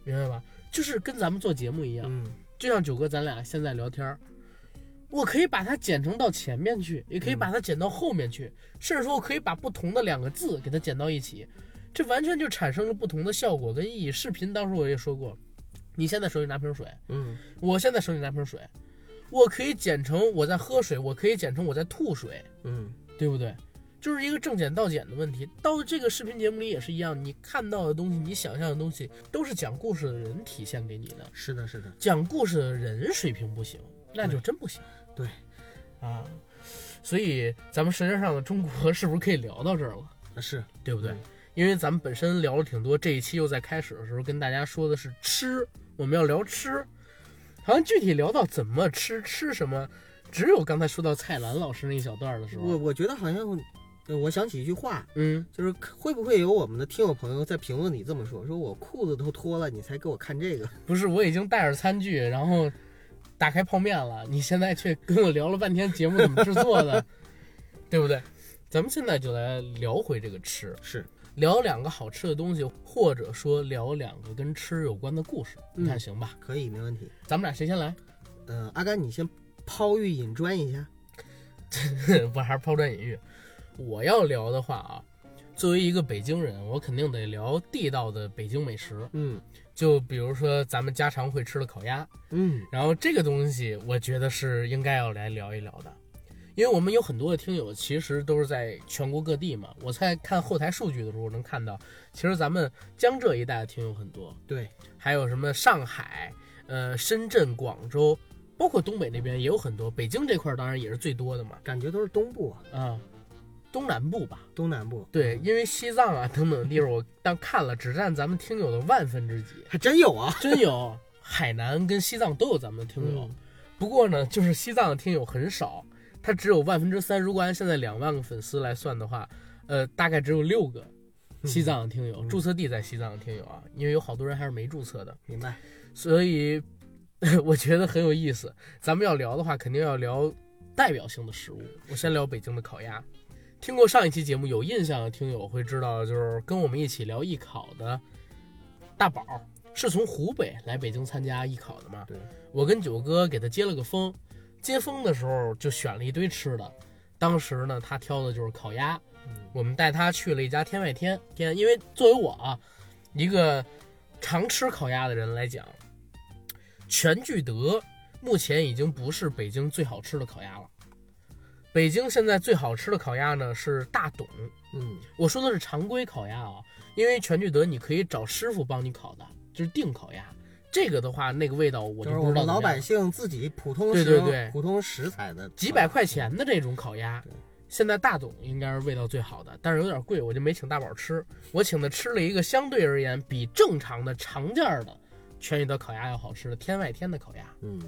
明白吧？就是跟咱们做节目一样，嗯，就像九哥咱俩现在聊天儿，我可以把它剪成到前面去，也可以把它剪到后面去，甚至说我可以把不同的两个字给它剪到一起，这完全就产生了不同的效果跟意义。视频当时我也说过，你现在手里拿瓶水，嗯我现在手里拿瓶水，我可以剪成我在喝水，我可以剪成我在吐水，嗯对不对？就是一个正减倒减的问题。到这个视频节目里也是一样，你看到的东西，你想象的东西，都是讲故事的人体现给你的。是的，是的，讲故事的人水平不行，那就真不行。对，啊，所以咱们《舌尖上的中国》是不是可以聊到这儿了？啊是对不对嗯？因为咱们本身聊了挺多，这一期又在开始的时候跟大家说的是吃，我们要聊吃，好像具体聊到怎么吃、吃什么，只有刚才说到蔡澜老师那一小段的时我候，我觉得好像，呃我想起一句话，嗯，就是会不会有我们的听友朋友在评论里这么说，说我裤子都脱了，你才给我看 这个？不是，我已经带着餐具，然后打开泡面了，你现在却跟我聊了半天节目怎么制作的，对不对？咱们现在就来聊回这个吃，是，聊两个好吃的东西，或者说聊两个跟吃有关的故事，你看嗯行吧？ 可以，没问题。咱们俩谁先来？ 呃，阿甘，你先抛玉引砖一下。不还是抛砖引玉？我要聊的话啊，作为一个北京人，我肯定得聊地道的北京美食，嗯就比如说咱们家常会吃的烤鸭，嗯然后这个东西，我觉得是应该要来聊一聊的，因为我们有很多的听友其实都是在全国各地嘛。我在看后台数据的时候能看到，其实咱们江浙一带的听友很多，对，还有什么上海、呃深圳、广州，包括东北那边也有很多。北京这块儿当然也是最多的嘛，感觉都是东部啊，啊，东南部吧。东南部。对，，因为西藏啊等等地方，我当看了只占咱们听友的万分之几，还真有啊。真有嗯海南跟西藏都有咱们的 听友。不过呢，就是西藏的听友很少，他只有万分之三。如果按现在两万个粉丝来算的话，呃，大概只有六个西藏的听友，嗯注册地在西藏的听友啊，因为有好多人还是没注册的，明白。所以 我觉得很有意思。咱们要聊的话，肯定要聊代表性的食物。我先聊北京的烤鸭。听过上一期节目有印象的听友会知道，就是跟我们一起聊艺考的大宝儿是从湖北来北京参加艺考的嘛？对，我跟九哥给他接了个风，接风的时候就选了一堆吃的。当时呢，他挑的就是烤鸭，嗯我们带他去了一家天外天天，因为作为我啊，一个常吃烤鸭的人来讲，全聚德目前已经不是北京最好吃的烤鸭了。北京现在最好吃的烤鸭呢是大董，嗯我说的是常规烤鸭啊，因为全聚德你可以找师傅帮你烤的，就是定烤鸭。这个的话，那个味道我就就是不我知道们怎么老样百了姓自己普通对食对对普通食材的几百块钱的这种烤鸭对，现在大董应该是味道最好的，但是有点贵，我就没请大宝吃，我请他吃了一个相对而言比正常的常价的全聚德烤鸭要好吃的天外天的烤鸭。嗯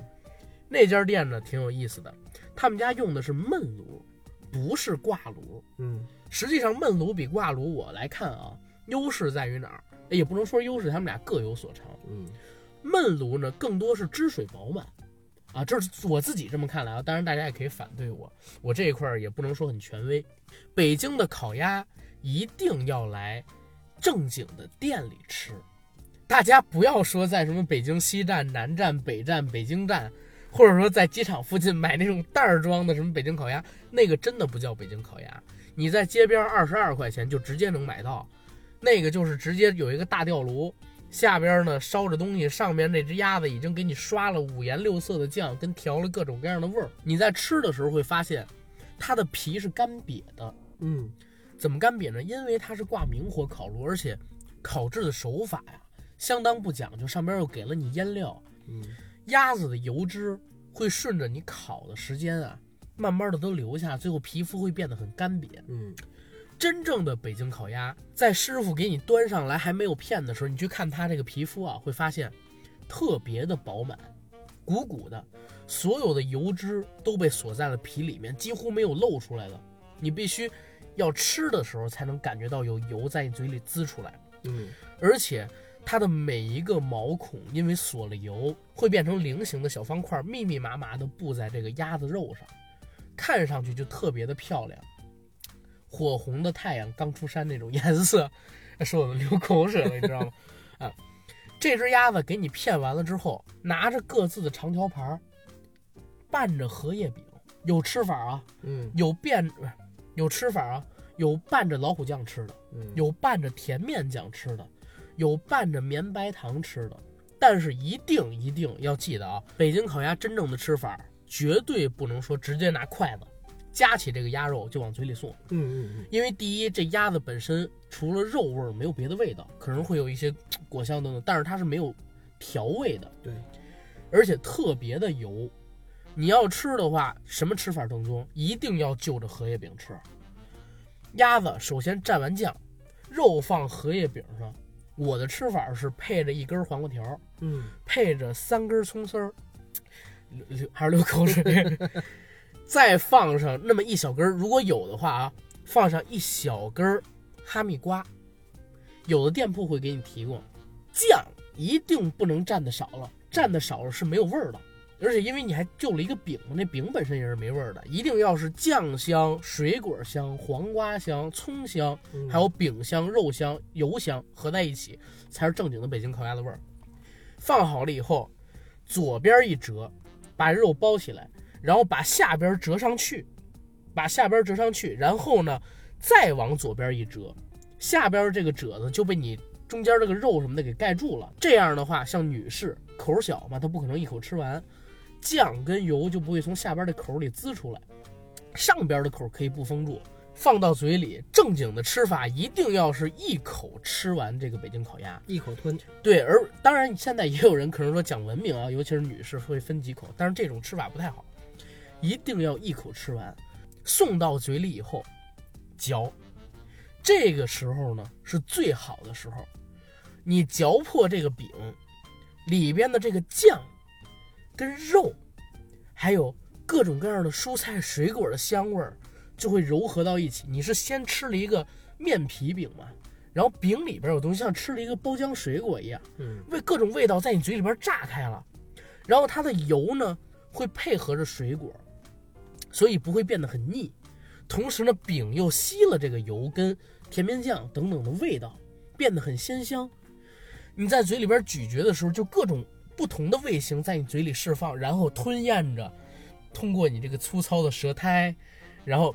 那家店呢挺有意思的，他们家用的是焖炉，不是挂炉。嗯实际上焖炉比挂炉我来看啊，优势在于哪儿？哎也不能说优势，他们俩各有所长。嗯焖炉呢，更多是汁水饱满，啊，这是我自己这么看来啊，当然大家也可以反对我，我这一块儿也不能说很权威。北京的烤鸭一定要来正经的店里吃，大家不要说在什么北京西站、南站、北站、北京站，或者说在机场附近买那种袋儿装的什么北京烤鸭，那个真的不叫北京烤鸭，你在街边二十二块钱就直接能买到，那个就是直接有一个大吊炉。下边呢烧着东西，上面那只鸭子已经给你刷了五颜六色的酱，跟调了各种各样的味儿。你在吃的时候会发现，它的皮是干瘪的。嗯怎么干瘪呢？因为它是挂明火烤炉，而且烤制的手法呀相当不讲究，上边又给了你腌料，嗯鸭子的油脂会顺着你烤的时间啊，慢慢的都流下，最后皮肤会变得很干瘪。嗯真正的北京烤鸭，在师傅给你端上来还没有片的时候，你去看它这个皮肤啊，会发现特别的饱满，鼓鼓的，所有的油脂都被锁在了皮里面，几乎没有露出来的。你必须要吃的时候才能感觉到有油在你嘴里滋出来，嗯而且它的每一个毛孔因为锁了油，会变成菱形的小方块，密密麻麻的布在这个鸭子肉上，看上去就特别的漂亮。火红的太阳刚出山那种颜色，说我都流口水了，你知道吗？ 啊，这只鸭子给你片完了之后，拿着各自的长条盘儿，拌着荷叶饼，有吃法啊，嗯有变，不是有吃法啊，有拌着老虎酱吃的，嗯有拌着甜面酱吃的，有拌着绵白糖吃的，但是一定一定要记得啊，北京烤鸭真正的吃法绝对不能说直接拿筷子夹起这个鸭肉就往嘴里送，嗯嗯因为第一，这鸭子本身除了肉味儿没有别的味道，可能会有一些嘖果香等等，但是它是没有调味的，对，而且特别的油。你要吃的话，什么吃法正宗，一定要就着荷叶饼吃。鸭子首先蘸完酱，肉放荷叶饼上。我的吃法是配着一根黄瓜条儿，嗯配着三根葱丝儿，流流还是流口水， 再放上那么一小根儿，如果有的话啊，放上一小根儿哈密瓜，有的店铺会给你提供。酱一定不能蘸的少了，蘸的少了是没有味儿的，而且因为你还就了一个饼嘛，那饼本身也是没味儿的，一定要是酱香、水果香、黄瓜香、葱香嗯，还有饼香、肉香、油香合在一起，才是正经的北京烤鸭的味儿。放好了以后，左边一折，把肉包起来，然后把下边折上去，把下边折上去，然后呢，再往左边一折，下边这个褶子就被你中间这个肉什么的给盖住了。这样的话，像女士口小嘛，她不可能一口吃完，酱跟油就不会从下边的口里滋出来，上边的口可以不封住，放到嘴里。正经的吃法一定要是一口吃完这个北京烤鸭。一口吞，对，而当然现在也有人可能说讲文明啊，尤其是女士会分几口，但是这种吃法不太好，一定要一口吃完，送到嘴里以后嚼，这个时候呢是最好的时候，你嚼破这个饼里边的这个酱跟肉，还有各种各样的蔬菜水果的香味儿就会柔合到一起。你是先吃了一个面皮饼嘛？然后饼里边有东西，像吃了一个包浆水果一样，嗯为各种味道在你嘴里边炸开了。然后它的油呢会配合着水果，所以不会变得很腻。同时呢，饼又吸了这个油跟甜面酱等等的味道，变得很鲜香。你在嘴里边咀嚼的时候，就各种不同的味型在你嘴里释放，然后吞咽着，通过你这个粗糙的舌苔，然后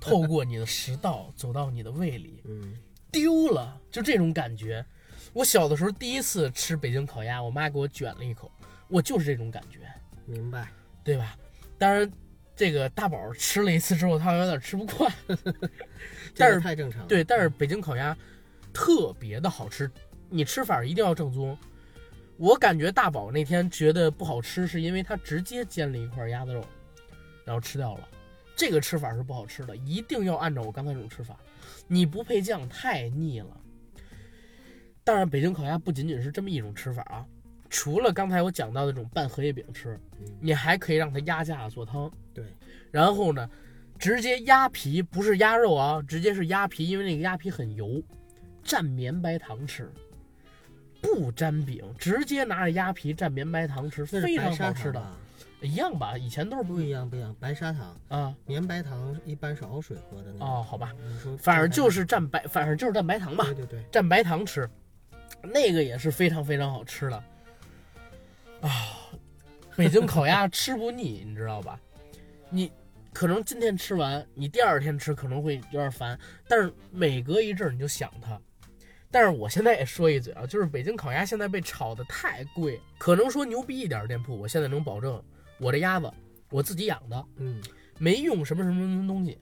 透过你的食道走到你的胃里，嗯丢了，就这种感觉。我小的时候第一次吃北京烤鸭，我妈给我卷了一口，我就是这种感觉，明白。对吧？当然，这个大宝吃了一次之后，他有点吃不惯，但这是个太正常了。对，但是北京烤鸭特别的好吃，你吃法一定要正宗。我感觉大宝那天觉得不好吃，是因为他直接煎了一块鸭子肉，然后吃掉了。这个吃法是不好吃的，一定要按照我刚才这种吃法，你不配酱太腻了。当然，北京烤鸭不仅仅是这么一种吃法啊，除了刚才我讲到的这种拌荷叶饼吃，嗯你还可以让它压架做汤。对，然后呢，直接鸭皮，不是鸭肉啊，直接是鸭皮，因为那个鸭皮很油，蘸绵白糖吃，不沾饼，直接拿着鸭皮蘸绵白糖吃，那是非白常砂好吃糖的，吧？一样吧？以前都是不不一样，不一样。白砂糖、啊绵白糖一般是熬水喝的那种。哦，好吧，你说反正这就还是蘸白，反正就是蘸白糖吧，对对对，蘸白糖吃，那个也是非常非常好吃的啊。啊北京烤鸭吃不腻，你知道吧？你可能今天吃完，你第二天吃可能会有点烦，但是每隔一阵儿你就想它。但是我现在也说一嘴啊，就是北京烤鸭现在被炒的太贵，可能说牛逼一点儿的店铺，我现在能保证，我这鸭子我自己养的，嗯，没用什么什么什么东西。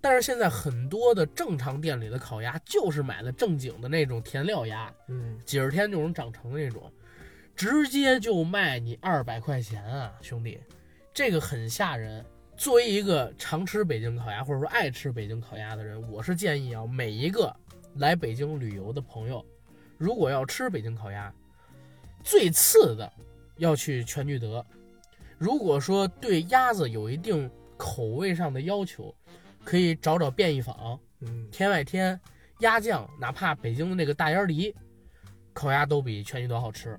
但是现在很多的正常店里的烤鸭，就是买的正经的那种填料鸭，嗯，几十天就能长成的那种，直接就卖你二百块钱啊，兄弟，这个很吓人。作为一个常吃北京烤鸭或者说爱吃北京烤鸭的人，我是建议啊，每一个来北京旅游的朋友，如果要吃北京烤鸭，最次的要去全聚德。如果说对鸭子有一定口味上的要求，可以找找便宜坊、嗯，天外天、鸭酱，哪怕北京的那个大烟梨，烤鸭都比全聚德好吃。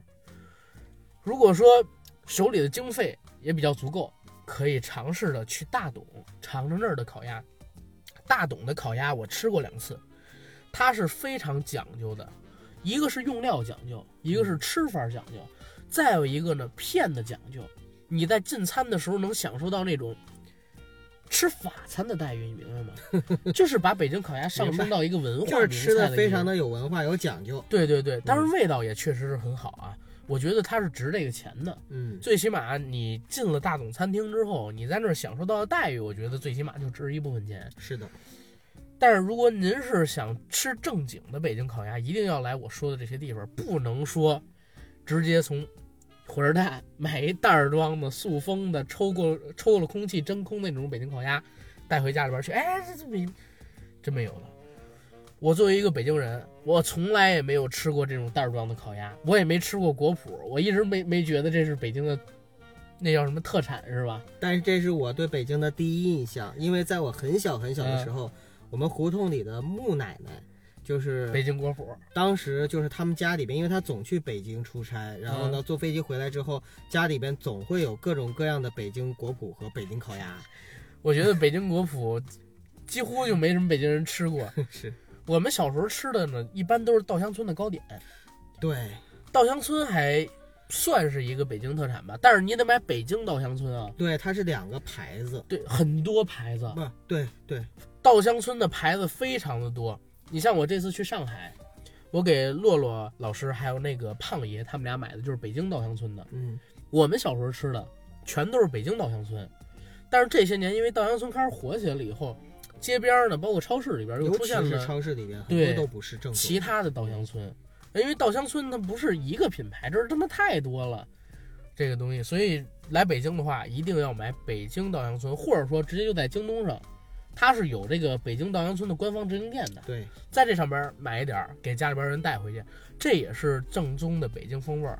如果说手里的经费也比较足够，可以尝试着去大董尝尝那儿的烤鸭。大董的烤鸭我吃过两次，它是非常讲究的，一个是用料讲究，一个是吃法讲究，再有一个呢片的讲究。你在进餐的时候能享受到那种吃法餐的待遇，你明白吗？ 就是把北京烤鸭上升到一个文化，就是吃的的非常的嗯有文化，有讲究。对对对，当然味道也确实是很好啊，我觉得它是值这个钱的。嗯，最起码你进了大董餐厅之后，你在那儿享受到的待遇，我觉得最起码就值一部分钱。是的，但是如果您是想吃正经的北京烤鸭，一定要来我说的这些地方，不能说直接从火车站买一袋儿装的塑封的抽过抽了空气真空的那种北京烤鸭，带回家里边去。哎，这这没真没有了。我作为一个北京人，我从来也没有吃过这种袋儿装的烤鸭，我也没吃过果脯，我一直没没觉得这是北京的，那叫什么特产是吧？但是这是我对北京的第一印象，因为在我很小很小的时候，我们胡同里的穆奶奶，就是北京果脯，当时就是他们家里边，因为他总去北京出差，然嗯后呢坐飞机回来之后，家里边总会有各种各样的北京果脯和北京烤鸭。我觉得北京果脯几乎就没什么北京人吃过。 是，我们小时候吃的呢，一般都是稻香村的糕点。对，稻香村还算是一个北京特产吧，但是你得买北京稻香村啊。对，它是两个牌子，对，很多牌子，不对，对，稻香村的牌子非常的多。你像我这次去上海，我给洛洛老师还有那个胖爷他们俩买的就是北京稻香村的。嗯，我们小时候吃的全都是北京稻香村，但是这些年因为稻香村开始火起来了以后，街边儿呢，包括超市里边儿又尤出其现是了超市里边嗯很对多都不是正宗其的。他的稻香村，因为稻香村它不是一个品牌，这他妈太多了，这个东西，所以来北京的话，一定要买北京稻香村，或者说直接就在京东上，它是有这个北京稻香村的官方直营店的，对，在这上边买一点儿，给家里边人带回去，这也是正宗的北京风味儿。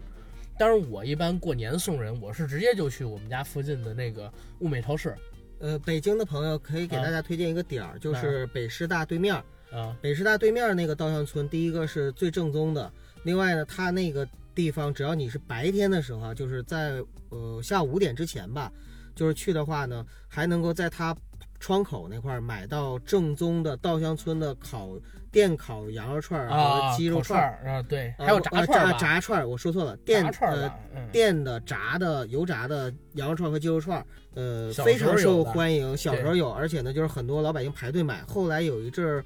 当然，我一般过年送人，我是直接就去我们家附近的那个物美超市呃，北京的朋友可以给啊大家推荐一个点儿，就哪儿是北师大对面儿。啊，北师大对面那个稻香村，第一个是最正宗的，另外呢，它那个地方只要你是白天的时候啊，就是在呃下午五点之前吧，就是去的话呢，还能够在它窗口那块儿买到正宗的稻香村的烤电烤羊肉串儿啊，和鸡肉烤串串儿，儿啊，对，呃还有我炸呃串儿吧，炸炸串儿，我说错了，电炸串儿呃吧，嗯。电的、炸的、油炸的羊肉串和鸡肉串，呃，小非时候常受有的欢迎。小时候有，而且呢，就是很多老百姓排队买。后来有一阵儿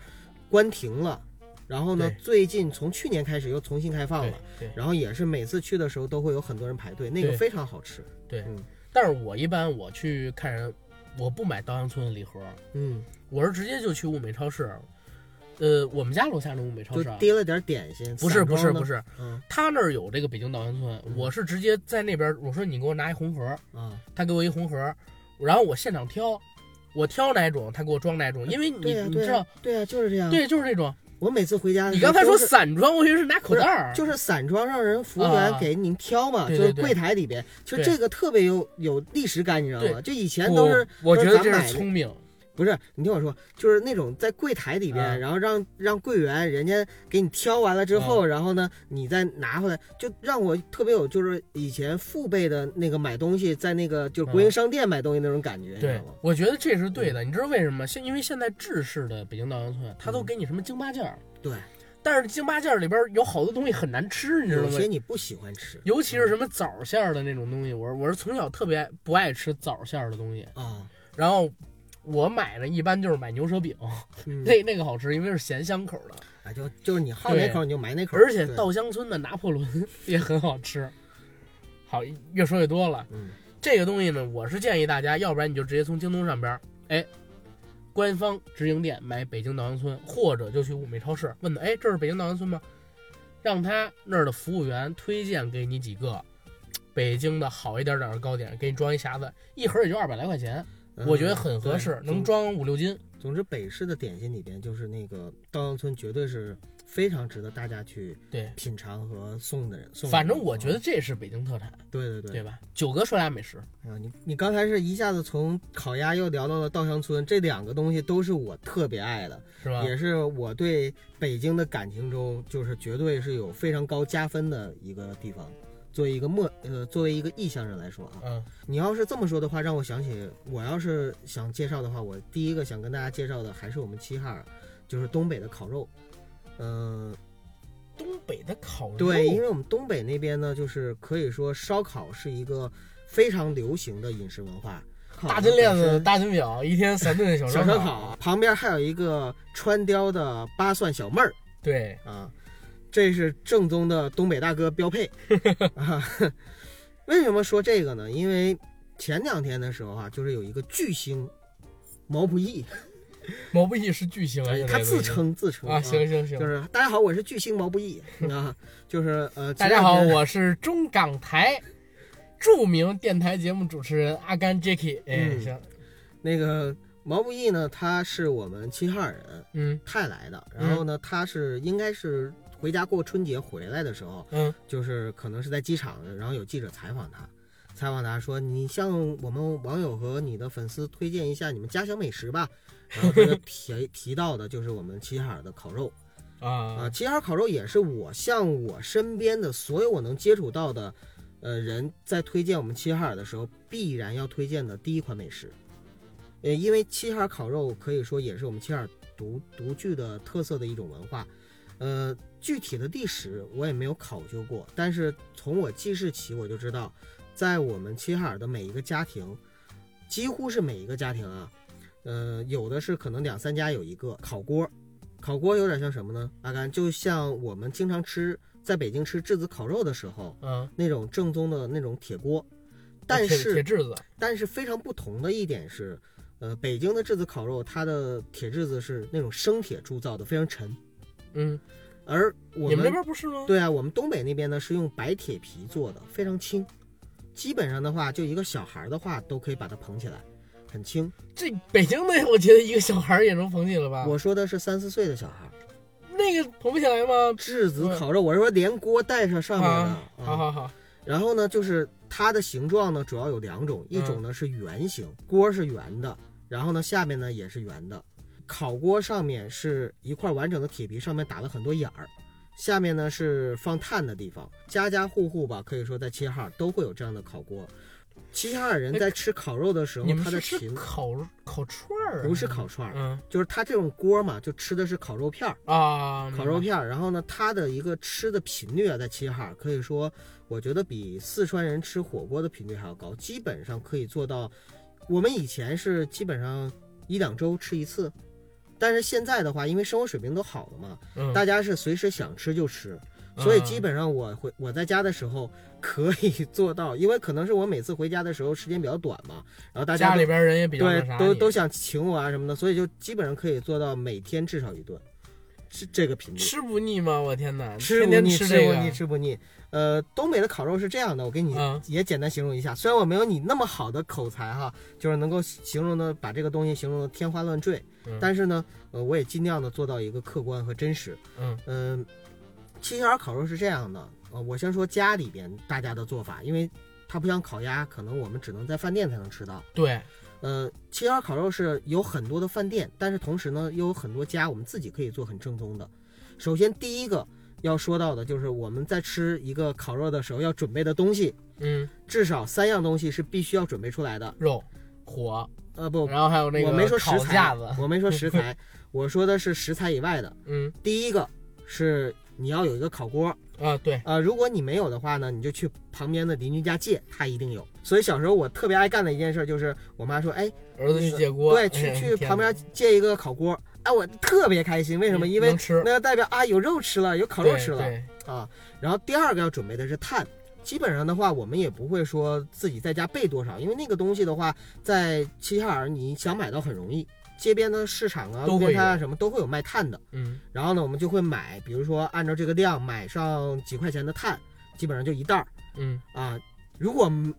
关停了，然后呢对，最近从去年开始又重新开放对了，对然后也是每次去的时候都会有很多人排队，那个对非常好吃。对嗯。但是我一般我去看人，我不买稻香村的礼盒，嗯，我是直接就去物美超市。呃，我们家楼下那物美超就市啊，滴了点点心。不是散不是装的不，是，嗯他那儿有这个北京稻香村，我是直接在那边，我说你给我拿一红盒，啊，他给我一红盒，然后我现场挑，我挑哪种，他给我装哪种，因为你、嗯对呀你对知道呀，对呀，就是这样。，对，就是这种。我每次回家的你时候刚才都说是散装，我以为是拿口袋儿，就是散装，让人服务员啊给您挑嘛，对就是对对柜台里边，其实对这个特别有有历史感，你知道吗？对就以前不都是我觉得咱这买是的聪明，不是？你听我说，就是那种在柜台里边，啊然后让让柜员人家给你挑完了之后，然后呢你再拿回来，就让我特别有就是以前父辈的那个买东西，在那个就是国营商店买东西那种感觉，你知啊对道吗？，我觉得这是对的。你知道为什么？现因为现在制式的北京稻香村，啊它嗯都给你什么京八件儿，对，但是京八件儿里边有好多东西很难吃，你知道有吗些？嗯你不喜欢吃尤其是什么枣馅儿的那种东西，我我是从小特别不爱吃枣馅儿的东西，啊，然后。我买的一般就是买牛舌饼，嗯，那那个好吃，因为是咸香口的，啊就就是你好哪对口你就买哪口，而且对稻香村的拿破仑 也很好吃。好，越说越多了。嗯这个东西呢，我是建议大家，要不然你就直接从京东上边儿，哎，官方直营店买北京稻香村，或者就去物美超市问他，哎，这是北京稻香村吗？让他那儿的服务员推荐给你几个北京的好一点点的糕点，给你装一匣子，一盒也就二百来块钱，嗯我觉得很合适，对嗯能装五六斤。总之，北市的点心里边，就是那个稻香村，绝对是非常值得大家去对，品尝和送的人。送的反人正我觉得啊，这是北京特产，对对对。对吧？九哥说俩美食，哎呀，你你刚才是一下子从烤鸭又聊到了稻香村，这两个东西都是我特别爱的，是吧？也是我对北京的感情中，就是绝对是有非常高加分的一个地方。作为一个陌呃，作为一个异乡人来说啊，嗯，你要是这么说的话，让我想起，我要是想介绍的话，我第一个想跟大家介绍的还是我们齐哈尔，就是东北的烤肉。嗯、东北的烤肉，对，因为我们东北那边呢，就是可以说烧烤是一个非常流行的饮食文化。大金链烤子、肉大金表，一天三顿小本身、小烧烧烤，旁边还有一个川雕的八蒜小妹儿对，啊，这是正宗的东北大哥 标配啊。为什么说这个呢？因为前两天的时候啊，就是有一个巨星毛不易，毛不易是巨星啊，现在他都自已经称自称啊，行行行，就是大家好，我是巨星毛不易啊，就是呃，大家好，前两天我是中港台著名电台节目主持人阿甘 Jacky，哎，嗯行，那个毛不易呢，他是我们齐齐哈尔人，嗯泰来的，然后呢，他是应该是回家过春节回来的时候，嗯，就是可能是在机场，然后有记者采访他，采访他说：“你向我们网友和你的粉丝推荐一下你们家乡美食吧。”然后他就提提到的就是我们齐齐哈尔的烤肉啊，啊，齐齐哈尔烤肉也是我向我身边的所有我能接触到的，呃人在推荐我们齐齐哈尔的时候必然要推荐的第一款美食。呃，因为齐齐哈尔烤肉可以说也是我们齐齐哈尔独独具的特色的一种文化。呃，具体的历史我也没有考究过，但是从我记事起我就知道，在我们齐齐哈尔的每一个家庭，几乎是每一个家庭啊，呃，有的是可能两三家有一个烤锅，烤锅有点像什么呢？阿甘，就像我们经常吃在北京吃质子烤肉的时候嗯，那种正宗的那种铁锅，但啊铁是铁质子，但是非常不同的一点是，呃，北京的质子烤肉，它的铁质子是那种生铁铸造的，非常沉，嗯，而我你们这们边不是吗？对啊，我们东北那边呢是用白铁皮做的，非常轻，基本上的话，就一个小孩儿的话都可以把它捧起来，很轻。这北京的，我觉得一个小孩儿也能捧起来吧？我说的是三四岁的小孩儿，那个捧不起来吗？质子烤肉，我是说连锅带上上面的。啊嗯好好好，然后呢，就是它的形状呢，主要有两种，一嗯种呢是圆形，锅是圆的，然后呢下面呢也是圆的，烤锅上面是一块完整的铁皮，上面打了很多眼儿，下面呢是放炭的地方。家家户户吧，可以说在齐齐哈尔都会有这样的烤锅。齐齐哈尔人在吃烤肉的时候你，们他的是吃蹄烤烤串儿啊？不是烤串儿，嗯就是他这种锅嘛，就吃的是烤肉片儿。啊，烤肉片儿，然后呢，它的一个吃的频率啊，在齐齐哈尔可以说，我觉得比四川人吃火锅的频率还要高，基本上可以做到，我们以前是基本上一两周吃一次，但是现在的话，因为生活水平都好了嘛，嗯，大家是随时想吃就吃，所以基嗯本上我回我在家的时候可以 做到，因为可能是我每次回家的时候时间比较短嘛，然后大家家里都边人也比较那啥对都你都想请我啊什么的，所以就基本上可以做到每天至少一顿，是这个频率。吃不腻吗？我天哪，吃天不天腻，这吃不腻，个，吃不腻。呃，东北的烤肉是这样的，我给你嗯也简单形容一下。虽然我没有你那么好的口才哈，就是能够形容的把这个东西形容的天花乱坠，嗯但是呢，呃，我也尽量的做到一个客观和真实。嗯嗯，七小烤肉是这样的，呃，我先说家里边大家的做法，因为它不像烤鸭，可能我们只能在饭店才能吃到。对，呃，七小烤肉是有很多的饭店，但是同时呢，又有很多家我们自己可以做很正宗的。首先第一个要说到的就是我们在吃一个烤肉的时候要准备的东西，嗯，至少三样东西是必须要准备出来的。肉、火，呃，不，然后还有那个我没说食烤架材子，，我没说食材，我说的是食材以外的。嗯第一个是你要有一个烤锅，啊，对，呃，如果你没有的话呢，你就去旁边的邻居家借，他一定有。所以小时候我特别爱干的一件事就是，我妈说，哎，儿子去借锅， 对，去嗯去天旁哪边借一个烤锅，哎，我特别开心，为什么？嗯因为能吃那个代表啊有肉吃了，有烤肉对吃了对啊。然后第二个要准备的是碳，基本上的话，我们也不会说自己在家备多少，因为那个东西的话，在齐齐哈尔你想买到很容易，街边的市场啊、都路会边摊啊有什么都会有卖碳的。嗯然后呢，我们就会买，比如说按照这个量买上几块钱的碳，基本上就一袋儿嗯，啊。如果嗯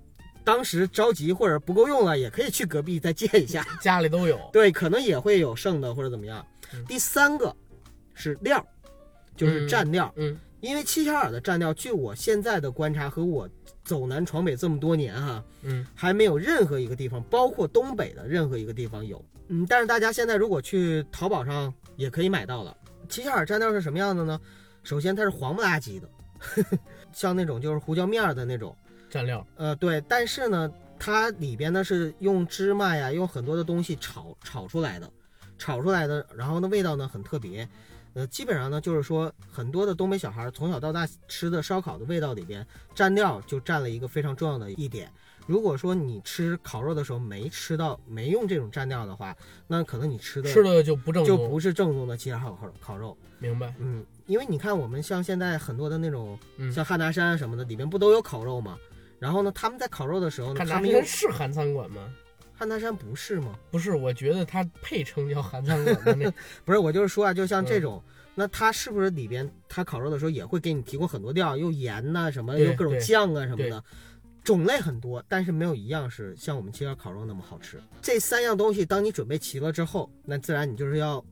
当时着急或者不够用了，也可以去隔壁再借一下。家里都有，对，可能也会有剩的或者怎么样嗯。第三个是料，就是蘸料，嗯因为齐齐哈尔的蘸料，据我现在的观察和我走南闯北这么多年哈、嗯还没有任何一个地方，包括东北的任何一个地方有。嗯，但是大家现在如果去淘宝上也可以买到了。齐齐哈尔蘸料是什么样的呢？首先它是黄不拉几的， 像那种就是胡椒面儿的那种，蘸料，呃，对，但是呢，它里边呢是用芝麻呀，用很多的东西炒炒出来的，炒出来的，然后呢味道呢很特别，呃，基本上呢就是说很多的东北小孩儿从小到大吃的烧烤的味道里边，蘸料就占了一个非常重要的一点。如果说你吃烤肉的时候没吃到没用这种蘸料的话，那可能你吃的吃的就不正就宗，不是正宗的齐齐哈尔烤肉烤肉。明白？嗯，因为你看我们像现在很多的那种，嗯像汉拿山啊什么的，里面不都有烤肉吗？然后呢，他们在烤肉的时候呢，看嗯他南们山用是韩餐馆吗？汉拿山不是吗？不是，我觉得它配称叫韩餐馆的 那，不是，我就是说啊，就像这嗯种，那它是不是里边它烤肉的时候也会给你提供很多料，又盐呐、什么，对又各种对酱啊什么对的，种类很多，但是没有一样是像我们齐齐哈尔烤肉那么好吃。这三样东西，当你准备齐了之后，那自然你就是要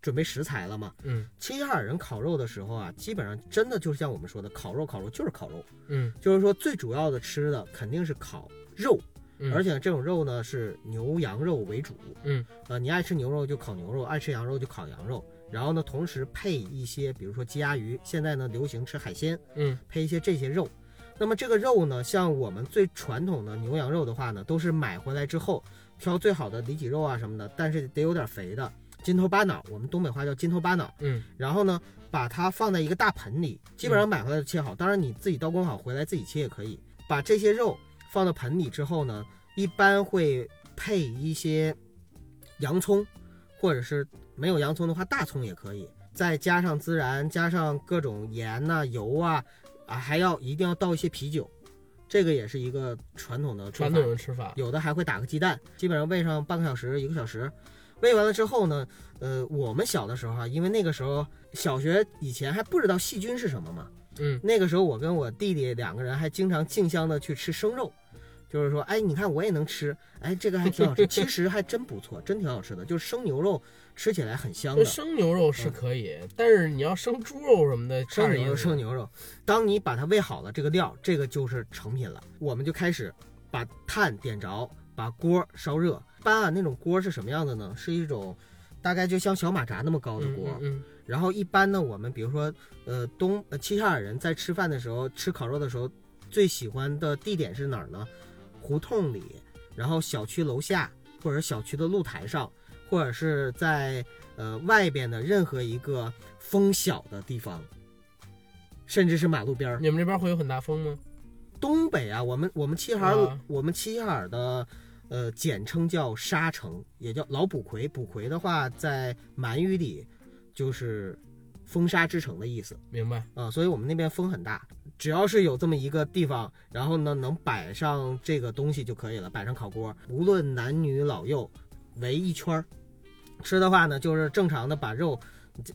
准备食材了嘛。嗯齐齐哈尔人烤肉的时候啊，基本上真的就像我们说的，烤肉烤肉就是烤肉。嗯就是说最主要的吃的肯定是烤肉，嗯，而且这种肉呢是牛羊肉为主。嗯，呃，你爱吃牛肉就烤牛肉，爱吃羊肉就烤羊肉。然后呢，同时配一些，比如说鸡鸭鱼，现在呢流行吃海鲜，嗯配一些这些肉。那么这个肉呢，像我们最传统的牛羊肉的话呢，都是买回来之后挑最好的里脊肉啊什么的，但是得有点肥的，筋头巴脑，我们东北话叫筋头巴脑。嗯然后呢，把它放在一个大盆里，基本上买回来就切好，当然你自己刀工好回来自己切也可以。把这些肉放到盆里之后呢，一般会配一些洋葱，或者是没有洋葱的话，大葱也可以，再加上孜然，加上各种盐呐、油啊，啊还要一定要倒一些啤酒，这个也是一个传统的做传法统的吃法，有的还会打个鸡蛋，基本上喂上半个小时一个小时，喂完了之后呢，呃，我们小的时候哈、因为那个时候小学以前还不知道细菌是什么嘛，嗯那个时候我跟我弟弟两个人还经常竞相的去吃生肉，就是说，哎，你看我也能吃，哎，这个还挺好吃，其实还真不错，真挺好吃的，就是生牛肉吃起来很香就的。呃嗯生牛肉是可以，但是你要生猪肉什么的，差生点牛肉，意思生牛肉，当你把它喂好了，这个料，这个就是成品了。我们就开始把炭点着，把锅烧热。一般啊，那种锅是什么样的呢？是一种大概就像小马扎那么高的嗯锅。嗯然后一般呢，我们比如说，呃，东呃齐齐哈尔人在吃饭的时候，吃烤肉的时候，最喜欢的地点是哪儿呢？胡同里，然后小区楼下，或者小区的露台上，或者是在呃外边的任何一个风小的地方，甚至是马路边儿嗯，。你们这边会有很大风吗？东北啊，我们我们齐齐哈尔，啊我们齐齐哈尔的呃，简称叫沙城，也叫老捕魁。捕魁的话，在满语里就是风沙之城的意思明白？啊、所以我们那边风很大。只要是有这么一个地方，然后呢能摆上这个东西就可以了，摆上烤锅，无论男女老幼，围一圈儿。吃的话呢，就是正常的把肉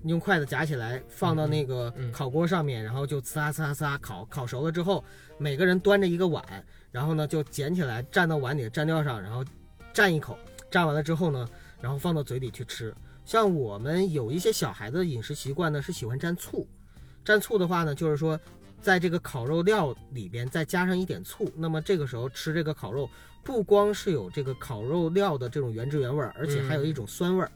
用筷子夹起来，放到那个嗯嗯烤锅上面，然后就呲啦啊呲啦呲啦烤，烤熟了之后，每个人端着一个碗，然后呢就捡起来蘸到碗里的蘸料上，然后蘸一口，蘸完了之后呢，然后放到嘴里去吃。像我们有一些小孩子的饮食习惯呢，是喜欢蘸醋，蘸醋的话呢，就是说在这个烤肉料里边再加上一点醋，那么这个时候吃这个烤肉，不光是有这个烤肉料的这种原汁原味儿，而且还有一种酸味儿，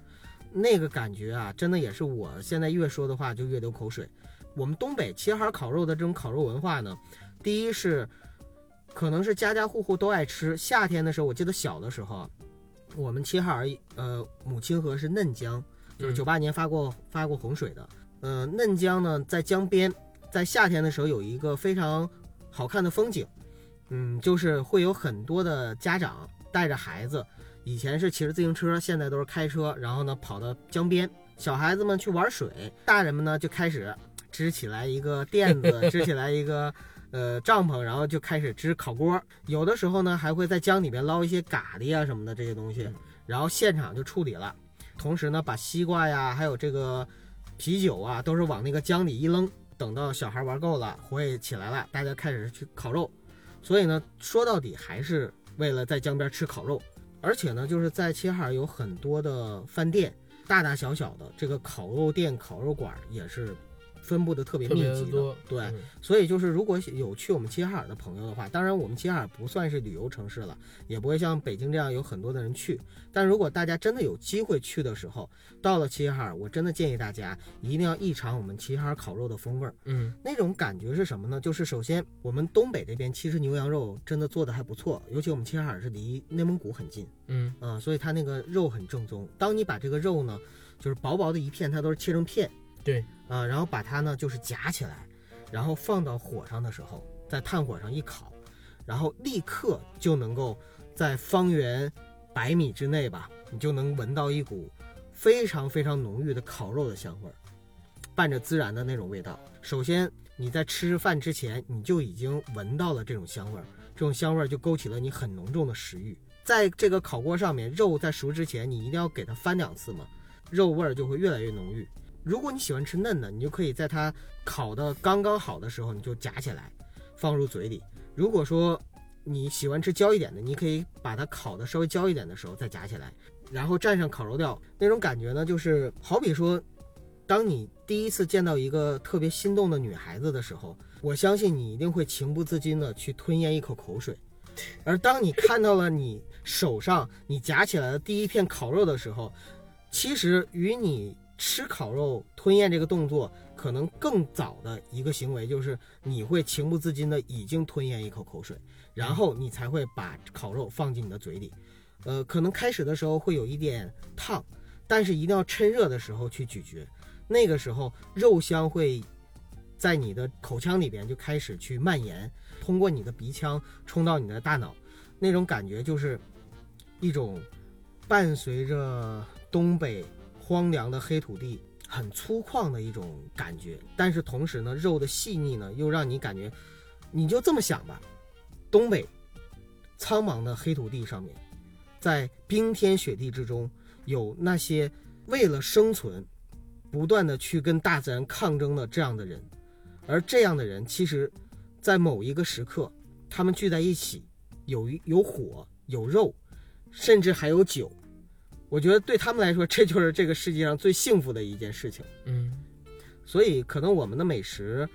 那个感觉啊，真的也是我现在越说的话就越流口水。我们东北齐齐哈尔烤肉的这种烤肉文化呢，第一是可能是家家户户都爱吃，夏天的时候，我记得小的时候啊，我们齐齐哈尔呃母亲河是嫩江，就是嗯九八年发过发过洪水的，呃嫩江呢在江边，在夏天的时候有一个非常好看的风景，嗯，就是会有很多的家长带着孩子，以前是骑着自行车，现在都是开车，然后呢跑到江边，小孩子们去玩水，大人们呢就开始支起来一个垫子，支起来一个呃帐篷，然后就开始支烤锅。有的时候呢还会在江里边捞一些蛤蜊啊什么的这些东西嗯，然后现场就处理了。同时呢把西瓜呀，还有这个啤酒啊，都是往那个江里一扔。等到小孩玩够了，火也起来了，大家开始去烤肉。所以呢，说到底还是为了在江边吃烤肉，而且呢，就是在齐齐哈尔有很多的饭店，大大小小的这个烤肉店、烤肉馆也是分布的特别特密别集的的。多，对嗯所以就是，如果有去我们齐齐哈尔的朋友的话，当然我们齐齐哈尔不算是旅游城市了，也不会像北京这样有很多的人去。但如果大家真的有机会去的时候，到了齐齐哈尔，我真的建议大家一定要一尝我们齐齐哈尔烤肉的风味儿。嗯那种感觉是什么呢？就是首先我们东北这边其实牛羊肉真的做的还不错，尤其我们齐齐哈尔是离内蒙古很近嗯啊、所以它那个肉很正宗。当你把这个肉呢，就是薄薄的一片，它都是切成片，对啊、然后把它呢就是夹起来，然后放到火上的时候，在炭火上一烤，然后立刻就能够在方圆百米之内吧，你就能闻到一股非常非常浓郁的烤肉的香味儿，伴着孜然的那种味道。首先你在吃饭之前，你就已经闻到了这种香味儿，这种香味儿就勾起了你很浓重的食欲。在这个烤锅上面，肉在熟之前，你一定要给它翻两次嘛，肉味儿就会越来越浓郁。如果你喜欢吃嫩的，你就可以在它烤的刚刚好的时候，你就夹起来，放入嘴里。如果说你喜欢吃焦一点的，你可以把它烤的稍微焦一点的时候再夹起来，然后蘸上烤肉料，那种感觉呢，就是好比说，当你第一次见到一个特别心动的女孩子的时候，我相信你一定会情不自禁的去吞咽一口口水。而当你看到了你手上你夹起来的第一片烤肉的时候，其实与你吃烤肉吞咽这个动作，可能更早的一个行为就是你会情不自禁的已经吞咽一口口水，然后你才会把烤肉放进你的嘴里。呃，可能开始的时候会有一点烫，但是一定要趁热的时候去咀嚼，那个时候肉香会在你的口腔里边就开始去蔓延，通过你的鼻腔冲到你的大脑，那种感觉就是一种伴随着东北荒凉的黑土地。很粗犷的一种感觉，但是同时呢，肉的细腻呢，又让你感觉，你就这么想吧，东北苍茫的黑土地上面，在冰天雪地之中，有那些为了生存，不断的去跟大自然抗争的这样的人，而这样的人，其实，在某一个时刻，他们聚在一起，有一有火，有肉，甚至还有酒。我觉得对他们来说，这就是这个世界上最幸福的一件事情。嗯所以，可能我们的美食，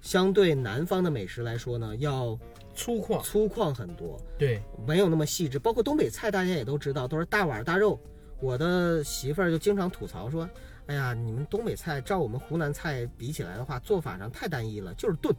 相对南方的美食来说呢，要粗犷，粗犷很多。对，没有那么细致。包括东北菜，大家也都知道，都是大碗大肉。我的媳妇儿就经常吐槽说：“哎呀，你们东北菜照我们湖南菜比起来的话，做法上太单一了，就是炖，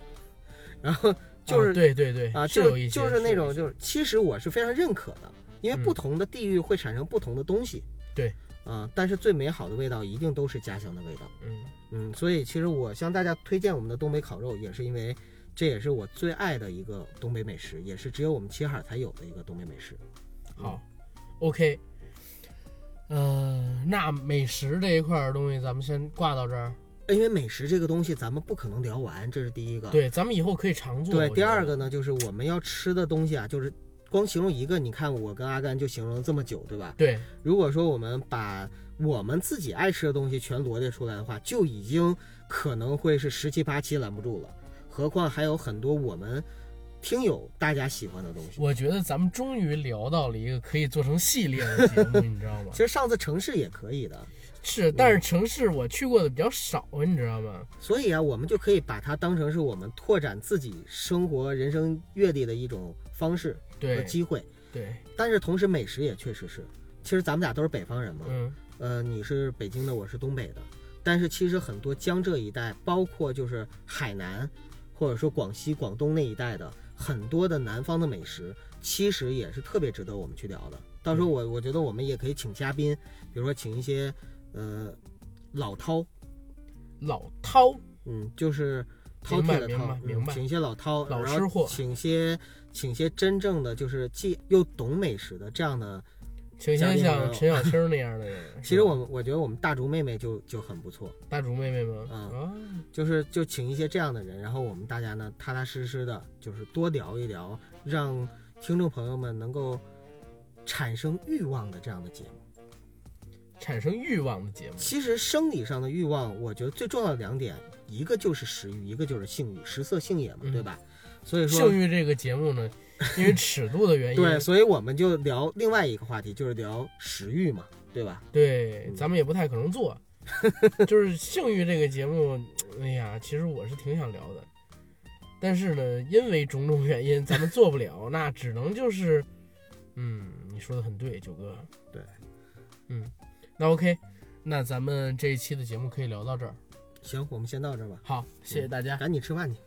然后就是啊对对对啊，是就有一些就是那种有一些就是，其实我是非常认可的，因嗯为不同的地域会产生不同的东西。对，啊，但是最美好的味道一定都是家乡的味道。嗯嗯，所以其实我向大家推荐我们的东北烤肉，也是因为这也是我最爱的一个东北美食，也是只有我们齐齐哈尔才有的一个东北美食。好，OK，呃，那美食这一块儿的东西咱们先挂到这儿。因为美食这个东西咱们不可能聊完，这是第一个。对，咱们以后可以常做。对，我觉第得二个呢，就是我们要吃的东西啊，就是光形容一个，你看我跟阿甘就形容了这么久，对吧？对如果说我们把我们自己爱吃的东西全罗列出来的话，就已经可能会是十七八期拦不住了，何况还有很多我们听友大家喜欢的东西。我觉得咱们终于聊到了一个可以做成系列的节 目，你知道吗其？实上次城市也可以的，是，但是城市我去过的比较少，你知道吗？所以啊，我们就可以把它当成是我们拓展自己生活、人生阅历的一种方式和对机会。对，但是同时，美食也确实是，其实咱们俩都是北方人嘛，嗯，呃，你是北京的，我是东北的，但是其实很多江浙一带，包括就是海南，或者说广西、广东那一带的很多的南方的美食，其实也是特别值得我们去聊的。到嗯时候我我觉得我们也可以请嘉宾，比如说请一些，呃，老饕，老饕，嗯，就是饕明白餮的明白饕，明嗯，白请一些老饕，老然后吃货请些请些真正的就是既又懂美食的这样的请嘉先宾像朋友陈小青那样的人。是吧其实我们我觉得我们大竹妹妹就就很不错，大竹妹妹吗？啊嗯就是就请一些这样的人，然后我们大家呢踏踏实实的，就是多聊一聊，让听众朋友们能够产生欲望的这样的节目。啊，产生欲望的节目。其实生理上的欲望，我觉得最重要的两点，一个就是食欲，一个就是性欲，食色性也嘛，嗯对吧？所以说性，欲这个节目 呢，因为尺度的原因，对，所以我们就聊另外一个话题，就是聊食欲嘛，对吧？对，嗯咱们也不太可能 做。就是性欲这个节目，哎呀，其实我是挺想聊的，但是呢，因为种种原因，咱们做不了，那只能就是，嗯，你说的很对，九哥。对，嗯，那 OK，那咱们这一期的节目可以聊到这儿。行，我们先到这儿吧，好，谢谢大家。赶紧吃饭去。